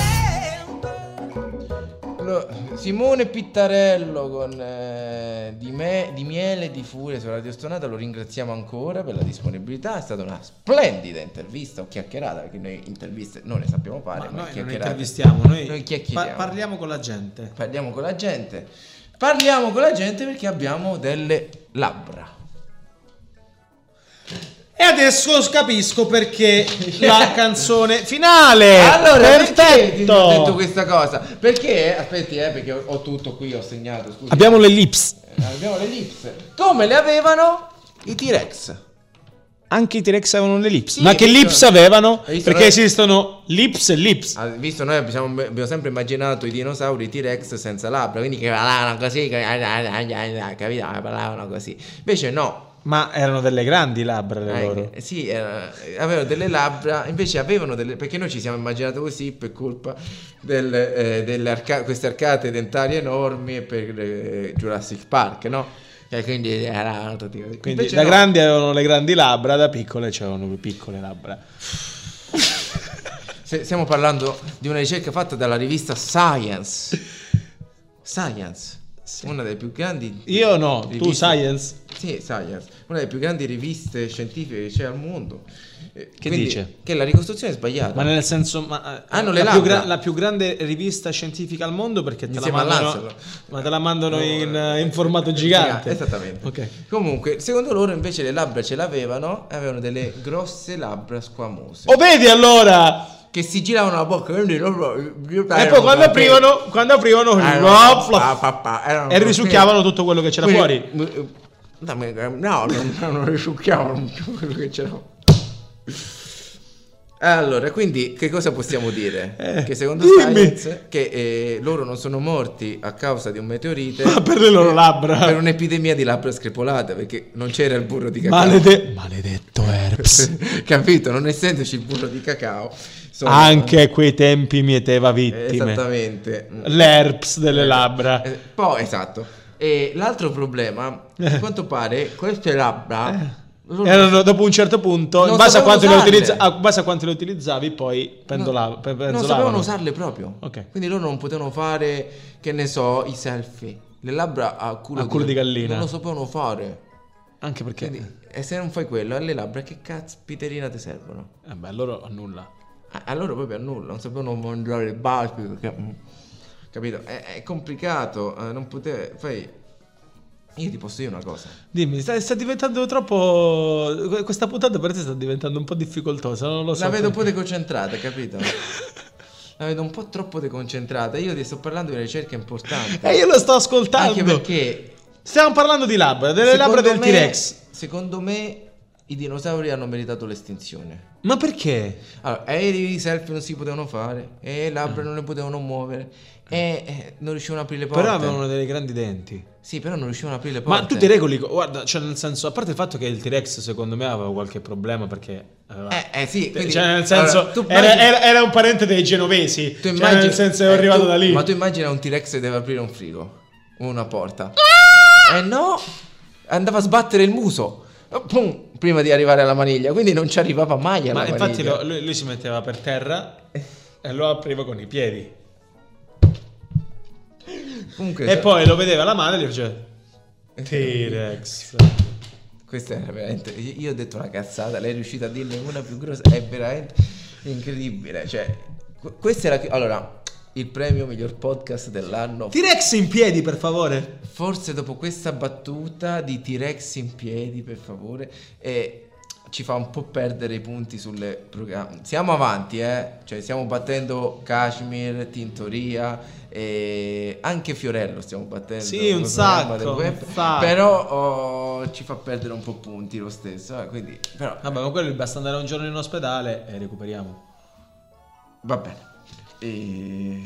S3: Lo- Simone Pittarello con eh, di, me- di Miele di Furia su Radio Stonata lo ringraziamo ancora per la disponibilità, è stata una splendida intervista o chiacchierata perché noi interviste non ne sappiamo fare,
S2: Ma
S3: ma,
S2: noi non
S3: chiacchierate-
S2: intervistiamo, noi,
S3: Noi
S2: pa-
S3: chiacchieriamo.
S2: parliamo con la gente.
S3: Parliamo con la gente. Parliamo con la gente perché abbiamo delle labbra.
S2: E adesso capisco perché la canzone finale.
S3: Allora, perché ti ho detto
S2: Eh, perfetto.
S3: questa cosa? Perché, aspetti, eh, perché ho, ho tutto qui, ho segnato, scusa.
S2: Abbiamo l'ellipse.
S3: Eh, abbiamo le lips. Come le avevano i T-Rex?
S2: Anche i T-Rex avevano l'ellipse.
S3: Sì,
S2: Ma che
S3: hai visto?
S2: lips avevano?
S3: Hai visto?
S2: Perché
S3: No.
S2: esistono lips e lips.
S3: Ah, Visto noi abbiamo, abbiamo sempre immaginato i dinosauri i T-Rex senza labbra, quindi che parlavano così, che- capito? Che Parlavano così. Invece no.
S2: Ma erano delle grandi labbra le
S3: Eh,
S2: loro.
S3: eh, sì, era- avevano delle labbra, invece avevano delle... perché noi ci siamo immaginati così per colpa del, eh, delle arca- queste arcate dentarie enormi per eh, Jurassic Park, no? E quindi era tutti così.
S2: Quindi
S3: Invece
S2: da
S3: no.
S2: grandi avevano le grandi labbra, da piccole c'erano le piccole labbra.
S3: Se- stiamo parlando di una ricerca fatta dalla rivista Science. Science, una delle più grandi.
S2: Io no, tu
S3: riviste-
S2: Science.
S3: Sì, Science, una delle più grandi riviste scientifiche che c'è al mondo. Eh,
S2: Che
S3: quindi-
S2: dice?
S3: Che la ricostruzione è sbagliata.
S2: Ma nel senso, ma, eh,
S3: Hanno Ah, le
S2: la, più
S3: labbra.
S2: la più grande rivista scientifica al mondo perché te la
S3: Insieme a
S2: mandano,
S3: Lancelot.
S2: ma te la mandano
S3: No,
S2: in,
S3: eh,
S2: in formato gigante.
S3: Esattamente.
S2: Ok.
S3: Comunque, secondo loro invece le labbra ce l'avevano e avevano delle grosse labbra squamose.
S2: O vedi allora?
S3: Che si giravano la bocca. E
S2: e poi quando aprivano, quando aprivano,
S3: Oh, Ah,
S2: Eh, no, flop,
S3: Eh,
S2: e risucchiavano tutto quello che c'era fuori.
S3: No, eh, no, non, non risucchiavano tutto quello che c'era. Allora, quindi che cosa possiamo dire?
S2: Eh,
S3: che secondo
S2: dimmi.
S3: Science che eh, loro non sono morti a causa di un meteorite, eh,
S2: Ma per le loro
S3: per
S2: labbra.
S3: un'epidemia di labbra screpolate perché non c'era il burro di cacao.
S2: Malede-
S1: Maledetto Herbs.
S3: Capito? Non essendoci il burro di cacao, sono-
S2: Anche a quei tempi mieteva
S3: Eh,
S2: vittime.
S3: Certo. esattamente. Mm.
S2: L'herpes delle labbra.
S3: Eh, Poi esatto. E l'altro problema,
S2: Eh.
S3: a quanto pare, queste labbra sono-
S2: Erano dopo un certo punto,
S3: Non
S2: in base a,
S3: sapevano
S2: quanto le
S3: usarle.
S2: utilizza- a- in base a quanto le utilizzavi, poi pendola- pe-
S3: non
S2: penzolavano.
S3: sapevano usarle proprio.
S2: Ok.
S3: Quindi loro non potevano fare, che ne so, i selfie. Le labbra a culo,
S2: A culo di gallina.
S3: Non lo sapevano fare.
S2: Anche perché.
S3: Quindi, e se non fai quello, alle labbra che caspiterina ti servono?
S2: Eh beh, loro nulla.
S3: A a loro proprio a nulla, non sapevano mangiare il barbico. perché- mm, Capito? È, è complicato, eh, non potevi... Poi, io ti posso dire una cosa.
S2: Dimmi, sta, sta diventando troppo. que- Questa puntata per te sta diventando un po' difficoltosa, non lo so.
S3: La vedo un po' deconcentrata, capito? La vedo un po' troppo deconcentrata. Io ti sto parlando di una ricerca importante.
S2: E Eh, io lo sto
S3: Anche
S2: ascoltando.
S3: perché...
S2: Stiamo parlando di labbra, delle
S3: secondo
S2: labbra del
S3: me-
S2: T-Rex.
S3: Secondo me i dinosauri hanno meritato l'estinzione.
S2: Ma perché?
S3: Allora, e i selfie non si potevano fare, e le labbra non le potevano muovere, e eh, non riuscivano a aprire le porte.
S2: Mm. Però avevano delle grandi denti.
S3: Sì, però non riuscivano a aprire le porte.
S2: Ma tu ti regoli, guarda, cioè nel senso, a parte il fatto che il T-Rex secondo me aveva qualche problema perché aveva
S3: Eh, eh sì, quindi-
S2: cioè, nel senso,
S3: allora, tu
S2: era,
S3: immagini-
S2: era- era un parente dei genovesi.
S3: tu
S2: Cioè,
S3: immagini-
S2: nel senso, è
S3: eh,
S2: arrivato
S3: tu-
S2: da lì.
S3: Ma tu immagina un T-Rex che deve aprire un
S2: Ah!
S3: frigo, una porta. Eh no, andava a sbattere il muso. pum, prima di arrivare alla maniglia, quindi non ci arrivava mai alla
S2: Ma infatti
S3: maniglia.
S2: lo- lui, lui si metteva per terra e lo apriva con i piedi.
S3: Comunque,
S2: E poi lo vedeva la mano e gli faceva T-Rex.
S3: questa era veramente. Io io ho detto una cazzata, lei è riuscita a dirne una più grossa. È veramente incredibile. Cioè, qu- questa era. Allora, il premio miglior podcast dell'anno.
S2: T-Rex in piedi, per favore.
S3: Forse dopo questa battuta di T-Rex in piedi, per favore, e ci fa un po' perdere i punti sulle programmi. Siamo avanti, eh? Cioè, stiamo battendo Kashmir, Tintoria e anche Fiorello stiamo battendo.
S2: Sì, un
S3: come programma
S2: sacco,
S3: del web.
S2: un sacco.
S3: Però oh, ci fa perdere un po' punti lo stesso, eh, quindi però
S2: Vabbè, ma quello basta andare un giorno in ospedale e recuperiamo.
S3: va bene. E...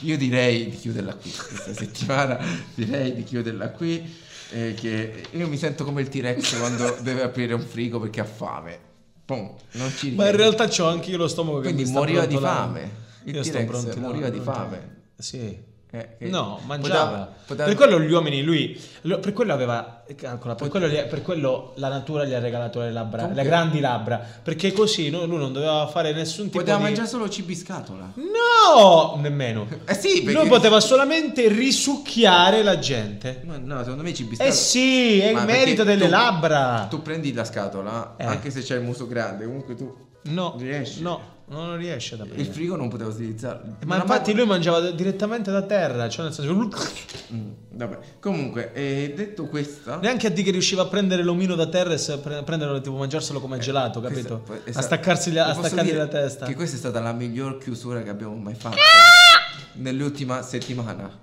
S3: Io direi di chiuderla qui questa settimana, direi di chiuderla qui. eh, che io mi sento come il T-Rex quando deve aprire un frigo perché ha fame. Pum, non ci
S2: Ma in
S3: riesce.
S2: realtà c'ho anche io lo stomaco che
S3: Quindi
S2: mi sta
S3: moriva di
S2: brontolando.
S3: fame. Il
S2: Io sto
S3: T-Rex
S2: brontolando.
S3: moriva di fame.
S2: Sì.
S3: Eh, che-
S2: No,
S3: poteva-
S2: mangiava.
S3: poteva-
S2: Per quello gli uomini, lui, lo- per quello aveva, calcola, per quello, gli- per quello la natura gli ha regalato le labbra,
S3: Comunque-
S2: le grandi labbra, perché così no, lui non doveva fare nessun tipo
S3: poteva
S2: di...
S3: mangiare solo cibi scatola.
S2: No! Nemmeno.
S3: Eh sì, perché-
S2: Lui poteva solamente risucchiare la gente.
S3: Ma no, secondo me i cibi
S2: Eh sì, è
S3: Ma
S2: il
S3: perché
S2: merito delle
S3: tu-
S2: labbra.
S3: Tu prendi la scatola,
S2: Eh.
S3: anche se c'è il muso grande, comunque tu
S2: No,
S3: riesci.
S2: no, non riesce ad aprire.
S3: Il frigo non poteva utilizzarlo.
S2: Ma
S3: Non
S2: infatti
S3: avevo-
S2: lui mangiava d- direttamente da terra, cioè nel senso...
S3: Mm, vabbè. Comunque, eh, detto questa,
S2: Neanche a D che riusciva a prendere l'omino da terra e se- pre- prenderlo tipo mangiarselo come gelato, capito?
S3: questa-
S2: a
S3: Eh, esatto.
S2: staccarsi la, a
S3: Posso
S2: staccargli
S3: dire
S2: la testa.
S3: Che questa è stata la miglior chiusura che abbiamo mai fatto
S2: Ah!
S3: nell'ultima settimana.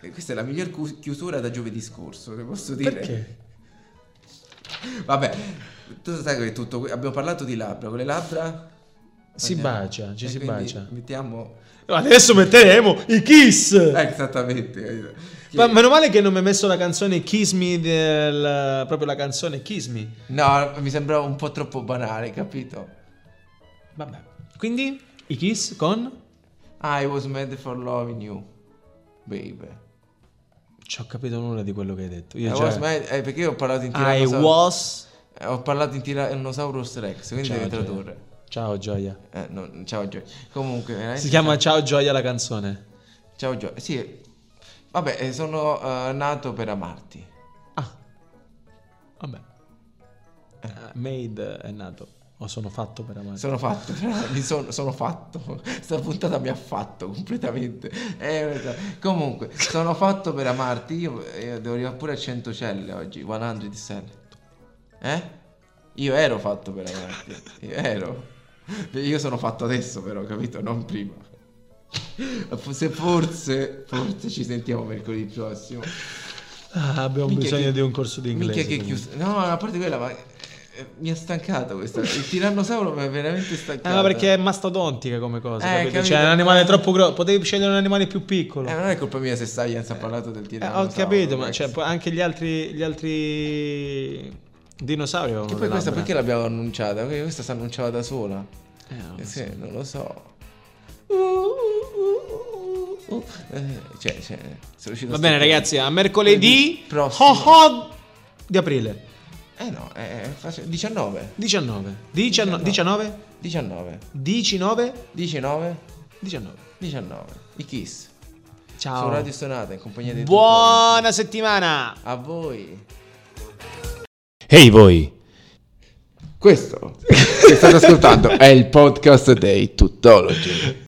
S3: E questa è la miglior cu- chiusura da giovedì scorso, te posso dire.
S2: Perché?
S3: Vabbè, tu sai che è tutto. que- Abbiamo parlato di labbra, con le labbra
S2: Si
S3: Andiamo.
S2: bacia, ci
S3: E
S2: si
S3: quindi
S2: bacia.
S3: Mettiamo
S2: Eh, Adesso metteremo i Kiss!
S3: Eh, esattamente. Che-
S2: Ma meno male che non mi hai messo la canzone Kiss Me, del- proprio la canzone Kiss Me.
S3: No, mi sembrava un po' troppo banale, capito?
S2: Vabbè. Quindi i Kiss con...
S3: I Ah, was made for loving you, baby.
S2: Ci ho capito nulla di quello che hai detto.
S3: I
S2: Io già...
S3: was made- eh, perché io ho parlato in
S2: I
S3: Tyrannosaurus
S2: was...
S3: Ho parlato in Tyrannosaurus Rex, quindi
S2: Ciao,
S3: devi
S2: Gioia.
S3: tradurre.
S2: Ciao Gioia.
S3: Eh, no, ciao Gio. Comunque, veramente-
S2: Si chiama Ciao Gioia la canzone.
S3: Ciao Gio. Sì. Vabbè, eh, sono eh, nato per amarti.
S2: Ah, vabbè. Eh, Made è nato. O sono fatto per amare.
S3: Sono fatto, mi sono, sono fatto. Sta puntata mi ha fatto completamente. Eh, guarda. comunque, sono fatto per amarti. Io, io devo arrivare pure a 100 celle oggi. 100 celle. Eh? Io ero fatto per amarti. Io ero. Io sono fatto adesso, però, capito? Non prima. Se forse, forse ci sentiamo mercoledì prossimo.
S2: Ah, abbiamo
S3: Minchia
S2: bisogno
S3: che-
S2: di un corso di inglese.
S3: Minchia che
S2: quindi.
S3: chiusa. No, a parte quella, ma eh, mi ha stancato questa. Il tirannosauro mi ha veramente
S2: Eh,
S3: stancato.
S2: ma perché è mastodontica come cosa,
S3: Eh,
S2: capito?
S3: capito.
S2: Cioè, è un animale troppo grosso. Potevi scegliere un animale più piccolo.
S3: Eh,
S2: Eh,
S3: non è colpa mia se Science ha parlato del tirannosauro.
S2: ho capito, ma
S3: ragazzi.
S2: cioè, poi anche gli altri, gli altri dinosauri avevano
S3: Che poi
S2: le
S3: questa
S2: labbra.
S3: perché l'abbiamo annunciata? Perché questa si annunciava da sola.
S2: Eh, non
S3: Eh,
S2: lo so.
S3: sì, non lo so. Eh, cioè, cioè, sono riuscito a
S2: Va bene,
S3: staccare.
S2: ragazzi, a mercoledì
S3: Prossimo.
S2: ho, ho di aprile
S3: Eh no, è facile. 19.
S2: 19. 19 19
S3: 19.
S2: 19
S3: 19.
S2: 19.
S3: 19. I Kiss. Su
S2: Ciao.
S3: Radio Stonata in compagnia di
S2: Buona settimana.
S3: tutti. A voi.
S1: Ehi voi!
S3: Questo che state ascoltando è il podcast dei Tuttologi.